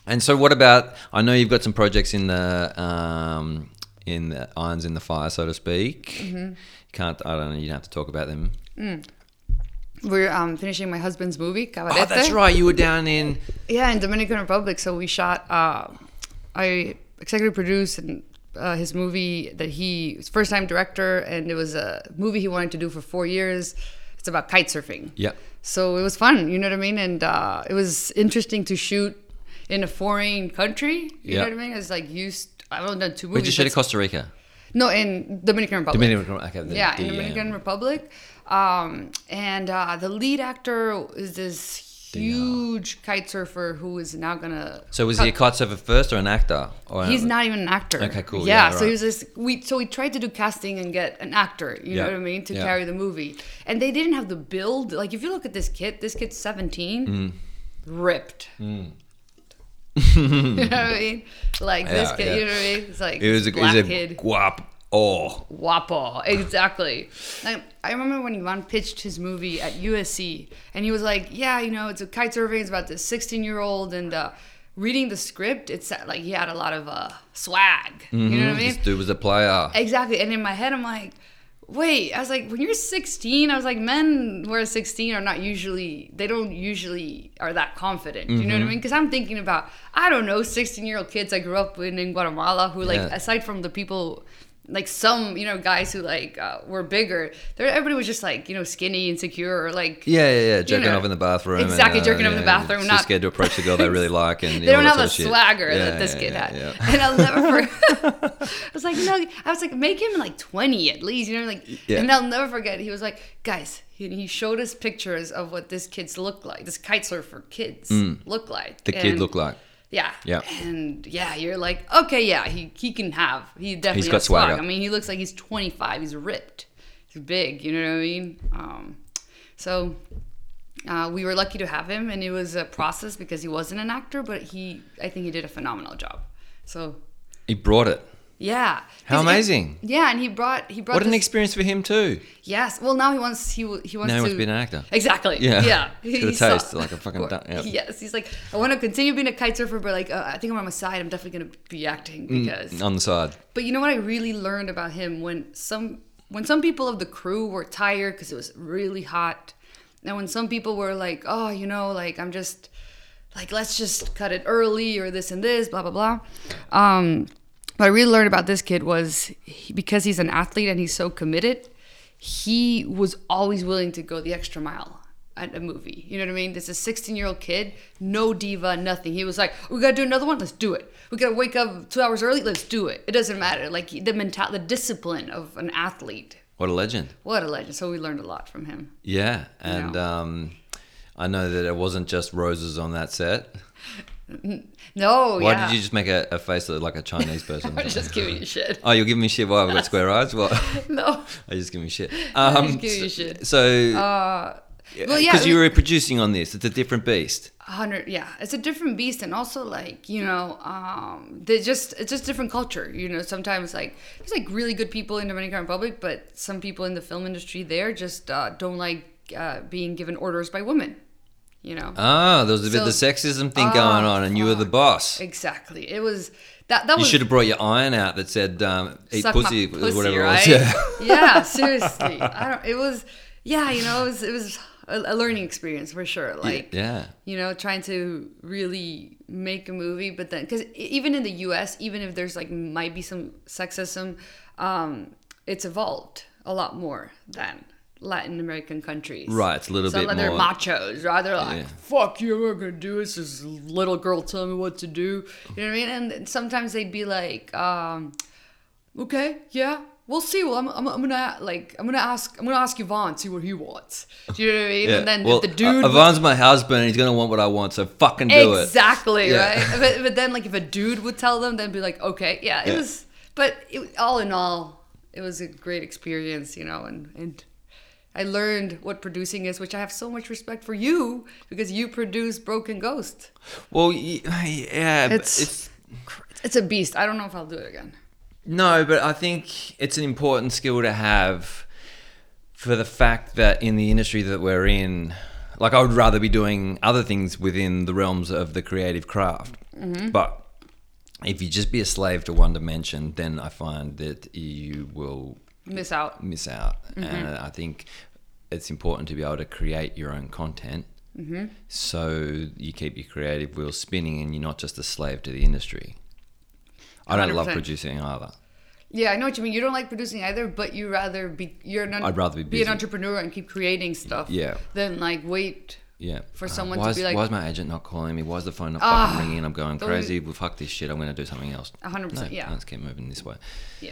and so, what about? I know you've got some projects in the um, in the irons in the fire, so to speak. Mm-hmm. You can't. I don't know. You don't have to talk about them. Mm. We're um, finishing my husband's movie, Cabarete. Oh, that's right. You were down in Yeah, in Dominican Republic. So we shot. Uh, I executive produced and uh, his movie that he was first time director, and it was a movie he wanted to do for four years. It's about kite surfing. Yeah. So it was fun. You know what I mean? And uh, it was interesting to shoot in a foreign country. You Yeah. know what I mean? It's like used. I've only done two movies. We just shot in but- Costa Rica. No, in Dominican Republic. Dominican Republic, okay, the- yeah, in the, Dominican um, Republic. Um, and uh, the lead actor is this huge kite surfer who is now gonna. So was cut- he a kite surfer first or an actor? Or He's not even an actor. Okay, cool. Yeah, Yeah, so right. he was this. We so we tried to do casting and get an actor. You Yeah, know what I mean to yeah. carry the movie, and they didn't have the build. Like if you look at this kid, this kid's seventeen, Mm. ripped. You know what I mean? Like this Yeah, kid. yeah. You know what I mean? It's like It was a, this black it was a kid. guap. Oh, Wapo, exactly. Like, I remember when Ivan pitched his movie at USC, and he was like, "Yeah, you know, it's a kite surfing. It's about this 16-year-old." And uh, reading the script, it's uh, like he had a lot of uh, swag. You know what I mean? Mm, this dude was a player. Exactly. And in my head, I'm like, wait, I was like, when you're 16, I was like, men who are 16 are not usually, they don't usually are that confident. You know what I Mhm. mean? Because I'm thinking about, I don't know, 16 year old kids I grew up with in Guatemala who, like, Yeah. aside from the people, like some, you know, guys who like uh, were bigger. There, everybody was just like, you know, skinny, insecure, or like Yeah, yeah, yeah. Jerking know, off in the bathroom. exactly, jerking off in the bathroom, Too not- scared to approach the girl they really like, and they don't have all the that sort of shit. swagger Yeah, that this yeah, kid yeah, had. yeah. And I'll never forget. I was like, no, I was like, make him like 20 at least, you know, like, Yeah. and I'll never forget. He was like, guys, he, he showed us pictures of what this kids look like, this kite surfer kids Mm. look like. The kid And- looked like. Yeah. Yeah. And yeah, you're like, okay, yeah, he, he can have, he definitely got has swag. swagger. I mean, he looks like he's 25, he's ripped, he's big, you know what I mean? Um, so uh, we were lucky to have him, and it was a process because he wasn't an actor, but he, I think he did a phenomenal job. So He brought it. yeah, How 'Cause it- amazing. yeah, and he brought he brought What an this- experience for him too. Yes. Well, now he wants he w- he wants Now he to, wants to be an actor. Exactly. Yeah. Yeah. To the He saw- taste, like a fucking Of course. duck, yeah. Yes. He's like, I want to continue being a kite surfer, but like, uh, I think I'm on my side. I'm definitely gonna be acting Mm, because. on the side. But you know what I really learned about him when some when some people of the crew were tired because it was really hot, and when some people were like, oh, you know, like I'm just like let's just cut it early or this and this, blah blah blah. Um, what I really learned about this kid was he, because he's an athlete and he's so committed, he was always willing to go the extra mile at a movie. You know what I mean? This is a 16 year old kid, no diva, nothing. He was like, we gotta do another one, let's do it. We gotta wake up two hours early, let's do it. It doesn't matter. Like the mental, the discipline of an athlete. What a legend. What a legend. So we learned a lot from him. Yeah, and Yeah. um, I know that it wasn't just roses on that set. No, Why yeah. did you just make a, a face that looked like a Chinese person? I'm just giving you shit. oh, you're giving me shit. Why I've got square eyes? What? No. I just give me shit. I'm Um, just giving you so- shit. So, Uh, well, yeah. because it you was- were producing on this, it's a different beast. A hundred yeah it's a different beast and also like you know um they just it's just different culture you know sometimes like there's like really good people in dominican republic but some people in the film industry there just uh, don't like uh, being given orders by women you know Ah, there was a bit of the So- sexism thing Ah, going on, and you were the boss. exactly it was that that You was should have brought your iron out that said um, "eat Suck my pussy" or pussy, whatever right? it was. Yeah. yeah seriously i don't it was yeah you know it was it was a, a learning experience for sure like yeah. you know, trying to really make a movie, but then because even in the U.S., even if there's like might be some sexism, um, it's evolved a lot more than Latin American countries. Right, it's a little so bit like, They're more- machos, right? They're like, Yeah. "Fuck you, we're gonna do this." This little girl tell me what to do. You know what I mean? And then sometimes they'd be like, um, "Okay, yeah." We'll see. Well, I'm, I'm, I'm gonna like I'm gonna ask I'm gonna ask Yvonne see what he wants. Do you know what I mean? Yeah. And then well, if the dude uh, was- Ivan's my husband, and he's gonna want what I want, so fucking do it. exactly Yeah. right but, but then like if a dude would tell them then be like okay yeah it Yeah. was but it, all in all it was a great experience you know and and I learned what producing is, which I have so much respect for you because you produce Broken Ghost. Well, yeah, it's it's, it's a beast. I don't know if I'll do it again. No, but I think it's an important skill to have for the fact that in the industry that we're in, like I would rather be doing other things within the realms of the creative craft. Mm-hmm. But if you just be a slave to one dimension, then I find that you will miss out. Miss out, mm-hmm. and I think it's important to be able to create your own content. Mm-hmm. So you keep your creative wheels spinning, and you're not just a slave to the industry. I don't 100%. love producing either. Yeah, I know what you mean. You don't like producing either, but you rather be you're not. I'd rather be, be an entrepreneur and keep creating stuff. Yeah. Than like wait yeah. For someone uh, to be like, Ah, why is my agent not calling me? Why is the phone not uh, fucking ringing? I'm going crazy. We... Well, fuck this shit. I'm going to do something else. 100%. No, yeah. Let's keep moving this way. Yeah.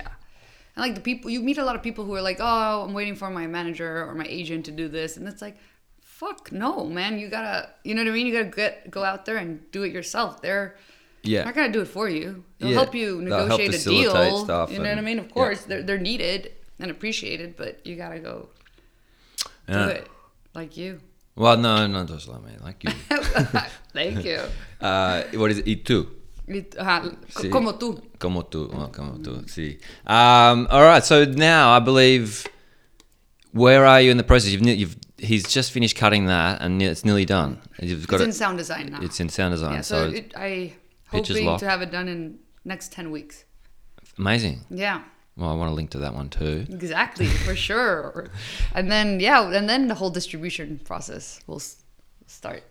And like the people, you meet a lot of people who are like, oh, I'm waiting for my manager or my agent to do this. And it's like, fuck no, man. You got to, you know what I mean? You got to get go out there and do it yourself. They're yeah. not going to do it for you. They'll yeah. help you negotiate help a deal. Stuff you know and, what I mean? Of course, yeah. they're, they're needed and appreciated, but you got to go yeah. do it like you. Uh, Well, no, not just like me, like you. Thank you. Uh, what is it? Y tú. It, uh, sí. Como tú. Como tú. Oh, como tú. Sí. Um, all right. So now I believe. Where are you in the process? You've, you've he's just finished cutting that, and it's nearly done. You've got it's it, in sound design now. It's in sound design. Yeah, so, so it, I hoping to have it done in next ten weeks. Amazing. Yeah. Well, I want to link to that one too. Exactly, for sure. and then yeah, and then the whole distribution process will start.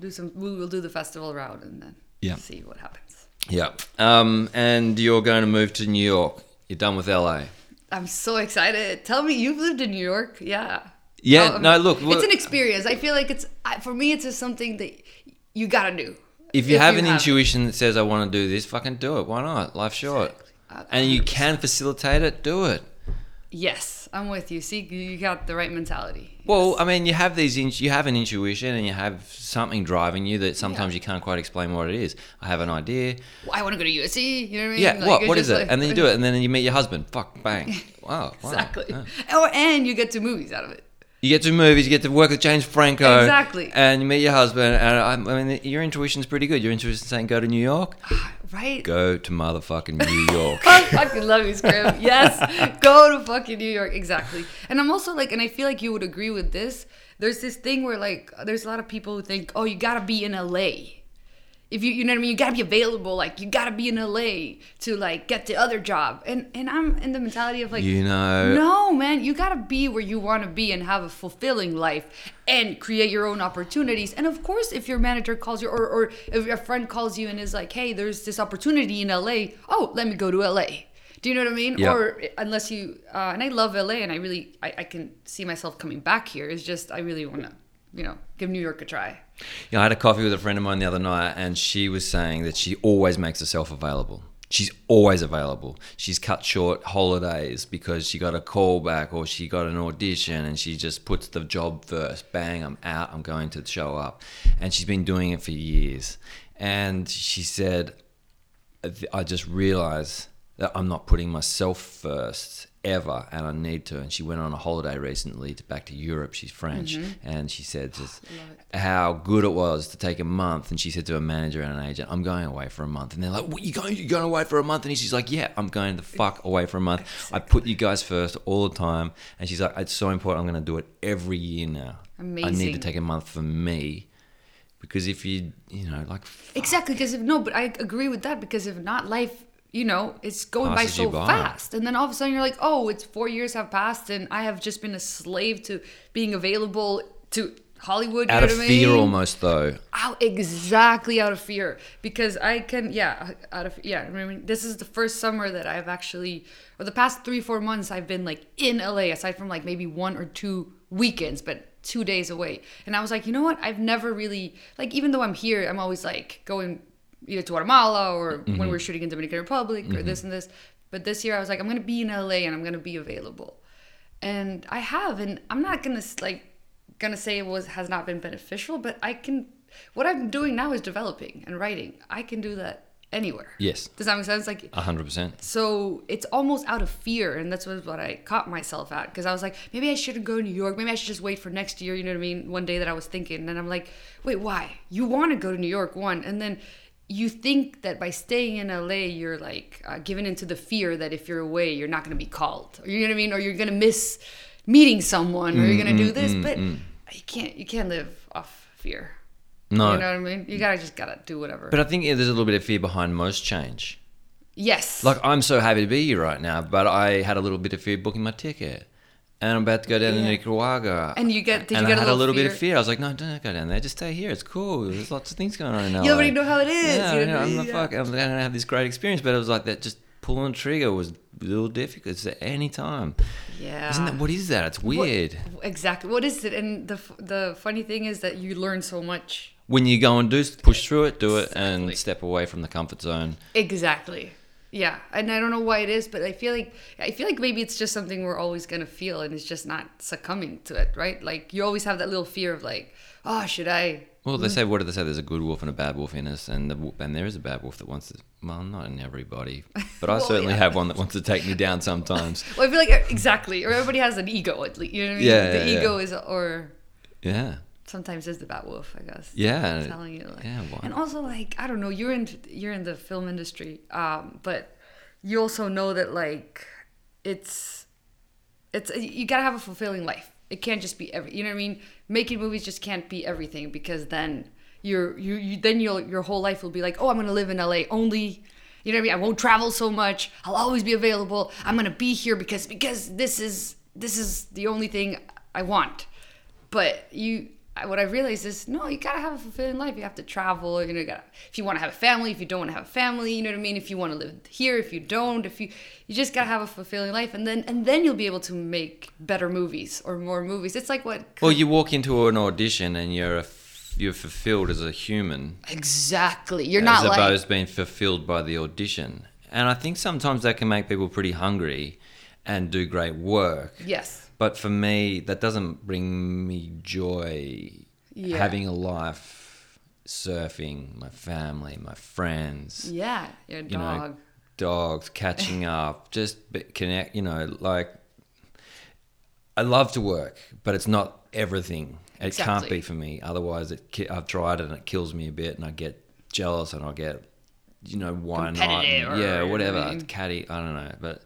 do some. We will do the festival route, and then Oh, yeah. see what happens. Yeah. Um, and you're going to move to New York. You're done with LA. I'm so excited. Tell me, you've lived in New York, yeah? Yeah. Um, no, look, look, it's an experience. I feel like it's for me. It's just something that you gotta do. If you if have you an have intuition it. that says I want to do this, fucking do it. Why not? Life's short. Exactly and you can facilitate it, do it. Yes, I'm with you. See, you got the right mentality. Yes. Well, I mean, you have these, in, you have an intuition, and you have something driving you that sometimes yeah. you can't quite explain what it is. I have an idea. Well, I want to go to USC. You know what I mean? Yeah. Like, what? What is it? Like, and then you do it, and then you meet your husband. Fuck, bang. Wow. exactly. Wow. Yeah. Oh, and you get to movies out of it. You get to movies. You get to work with James Franco. Exactly. And you meet your husband. And I, I mean, your intuition's pretty good. Your intuition's saying go to New York. right. Go to motherfucking New York. I fucking love you, Scrim. Yes. go to fucking New York. Exactly. And I'm also like, and I feel like you would agree with this. There's this thing where like, there's a lot of people who think, oh, you gotta be in LA. If you, you know what I mean, you gotta be available. Like you gotta be in LA to like get the other job. And and I'm in the mentality of like, you know, no man, you gotta be where you want to be and have a fulfilling life and create your own opportunities. And of course, if your manager calls you or or if a friend calls you and is like, hey, there's this opportunity in LA. Oh, let me go to LA. Do you know what I mean? Yeah. Or unless you, uh, and I love LA, and I really, I, I can see myself coming back here. It's just I really wanna you know, give New York a try. Yeah, I had a coffee with a friend of mine the other night, and she was saying that she always makes herself available. She's always available. She's cut short holidays because she got a call back or she got an audition and she just puts the job first. Bang, I'm out, I'm going to show up. And she's been doing it for years. And she said, I just realized that I'm not putting myself first ever and I need to. And she went on a holiday recently to back to Europe. She's French. Mm-hmm. And she said just how good it was to take a month. And she said to a manager and an agent, I'm going away for a month. And they're like, What you going you going away for a month? And she's like, Yeah, I'm going the fuck away for a month. Exactly. I put you guys first all the time. And she's like, It's so important. I'm gonna do it every year now. Amazing. I need to take a month for me because if you you know like fuck. exactly because if no but i agree with that because if not life you know, it's going by so by. fast. And then all of a sudden you're like, oh, it's four years have passed and I have just been a slave to being available to Hollywood. Out of I mean? fear almost though. Out exactly out of fear. Because I can yeah, out of yeah, I mean this is the first summer that I've actually or the past three, four months I've been like in LA, aside from like maybe one or two weekends, but two days away. And I was like, you know what? I've never really like even though I'm here, I'm always like going either to Guatemala or mm-hmm. when we are shooting in Dominican Republic mm-hmm. or this and this. But this year I was like, I'm gonna be in LA and I'm gonna be available, and I have, and I'm not gonna like gonna say it was has not been beneficial, but I can. What I'm doing now is developing and writing. I can do that anywhere. Yes. Does that make sense? Like hundred percent. So it's almost out of fear, and that's what, what I caught myself at because I was like, maybe I shouldn't go to New York. Maybe I should just wait for next year. You know what I mean? One day that I was thinking, and I'm like, wait, why? You want to go to New York one, and then you think that by staying in LA, you're like uh, given into the fear that if you're away, you're not gonna be called. Or you know what I mean? Or you're gonna miss meeting someone, or you're Mm, gonna do this. but you can't. You can't live off fear. No. You know what I mean? You gotta just gotta do whatever. But I think yeah, there's a little bit of fear behind most change. yes. Like I'm so happy to be here right now, but I had a little bit of fear booking my ticket. And I'm about to go down Yeah. to Nicaragua. And you get- did and you get I a had a little little bit of fear? fear. I was like, no, don't go down there. Just stay here. It's cool. There's lots of things going on in You LA. already know how it is, Yeah, you I know, know. I'm not yeah. fucking. I'm going to have this great experience. But it was like that. Just pulling the trigger was a little difficult at any time. Yeah. Isn't that what is that? It's What- weird. exactly. What is it? And the f- the funny thing is that you learn so much. When you go and do push through it, do it, and step away from the comfort zone. Exactly. Yeah, and I don't know why it is, but I feel like I feel like maybe it's just something we're always gonna feel, and it's just not succumbing to it, right? Like you always have that little fear of like, oh, should I? Well, they say what do they say? There's a good wolf and a bad wolf in us, and the, wo- and there is a bad wolf that wants to. Well, not in everybody, but I Well, certainly yeah. have one that wants to take me down sometimes. Well, I feel like uh, exactly, or everybody has an ego at least. You know what I mean? Yeah, the yeah, ego yeah. is, or Yeah, sometimes is the bat wolf, I guess. Yeah, It's and- telling you like, yeah, why and not? also like I don't know, you're in you're in the film industry, um, but you also know that like it's it's you gotta have a fulfilling life. It can't just be every. You know what I mean? Making movies just can't be everything because then you're you, you then your your whole life will be like, oh, I'm gonna live in LA only. You know what I mean? I won't travel so much. I'll always be available. I'm gonna be here because because this is this is the only thing I want but you I- what i realized is no you gotta have a fulfilling life you have to travel you know you gotta if you want to have a family if you don't want to have a family you know what i mean if you want to live here if you don't if you you just gotta have a fulfilling life and then and then you'll be able to make better movies or more movies it's like what Well, you walk into an audition and you're a, f- you're fulfilled as a human, exactly you're as not like opposed to being fulfilled by the audition. And I think sometimes that can make people pretty hungry, and do great work. yes But for me, that doesn't bring me joy. Yeah. Having a life, surfing, my family, my friends. yeah your you know, dog dogs catching up, just be- connect. You know, like I love to work, but it's not everything. It can't Exactly. be for me. Otherwise, it ki- I've tried it and it kills me a bit, and I get jealous and I get, you know, why not? Competitive or- yeah, you know whatever. what I mean? Catty, I don't know, but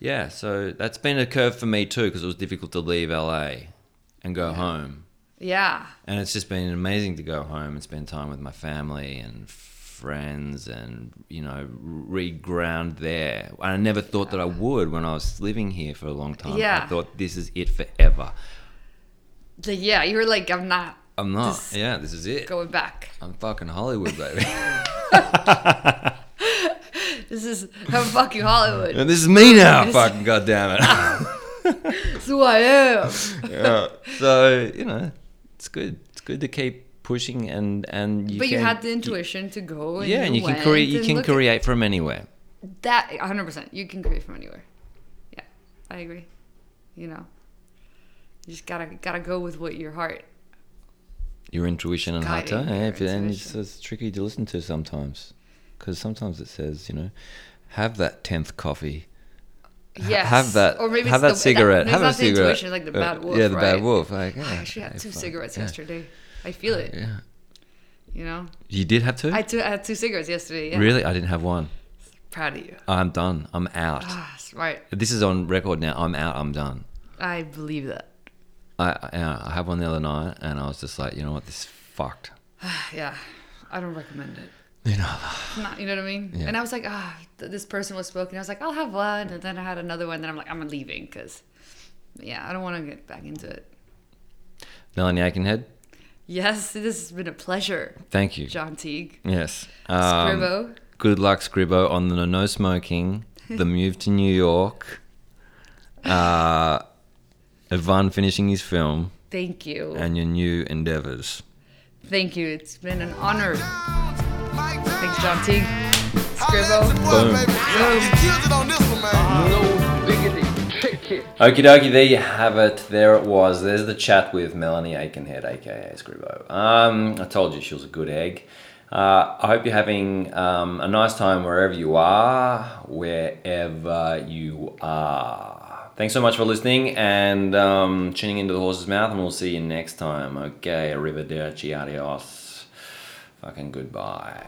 yeah. So that's been a curve for me too, because it was difficult to leave LA and go home. yeah And it's just been amazing to go home and spend time with my family and friends and, you know, reground there. And I never thought that I would when I was living here for a long time. I Yeah. thought this is it forever. Like, yeah you were like i'm not I'm not. This- yeah, this is it. going back I'm fucking Hollywood, baby. this is i'm fucking hollywood and this is me now, fucking goddamn it. this is who i am yeah. So, you know, it's good. It's good to keep pushing and and you but you can- had the intuition to go and yeah, and you can went create you and can look at- create from anywhere. That 100%. You can create from anywhere. Yeah, I agree. You know, you just gotta gotta go with what your heart. Your intuition and heart Guiding tone. Yeah, your if it- and it's, intuition. it's tricky to listen to sometimes, because sometimes it says, you know, have that tenth coffee. Ha- Yes. have that. Or maybe it's have that the- that- cigarette. no, have it's a not the cigarette. intuition, it's like the Uh, bad wolf, Yeah, the bad right? wolf. Like, yeah, I actually had hey, two fuck, cigarettes yeah. yesterday. I feel it. Yeah. You know, You did have two. I, two, I had two cigarettes yesterday. Yeah. Really, I didn't have one. Proud of you. I'm done. I'm out. Ah, smart. This is on record now. I'm out. I'm done. I believe that. I uh, I, I had one the other night, and I was just like, you know what, this is fucked. Yeah. I don't recommend it. You know. Not, you know what I mean? Yeah. And I was like, ah, th- this person was smoking. I was like, I'll have one. And then I had another one. Then I'm like, I'm leaving because, yeah, I don't want to get back into it. Melanie Aikenhead, Yes, this has been a pleasure, thank you. John Teague. Yes. Um, Scribbo. Good luck, Scribbo, on the no smoking, the move to New York, uh, Ivan finishing his film, Thank you. and your new endeavors. Thank you. It's been an honor. Thanks, John Teague. Scribbo. Boom. No biggity, kick it. Okie dokie, there you have it. There it was. There's the chat with Melanie Aikenhead, aka Scribbo. Um, I told you she was a good egg. Uh, I hope you're having um, a nice time wherever you are, wherever you are. Thanks so much for listening and um, tuning into the horse's mouth, and we'll see you next time. Okay, arrivederci, adios, fucking goodbye.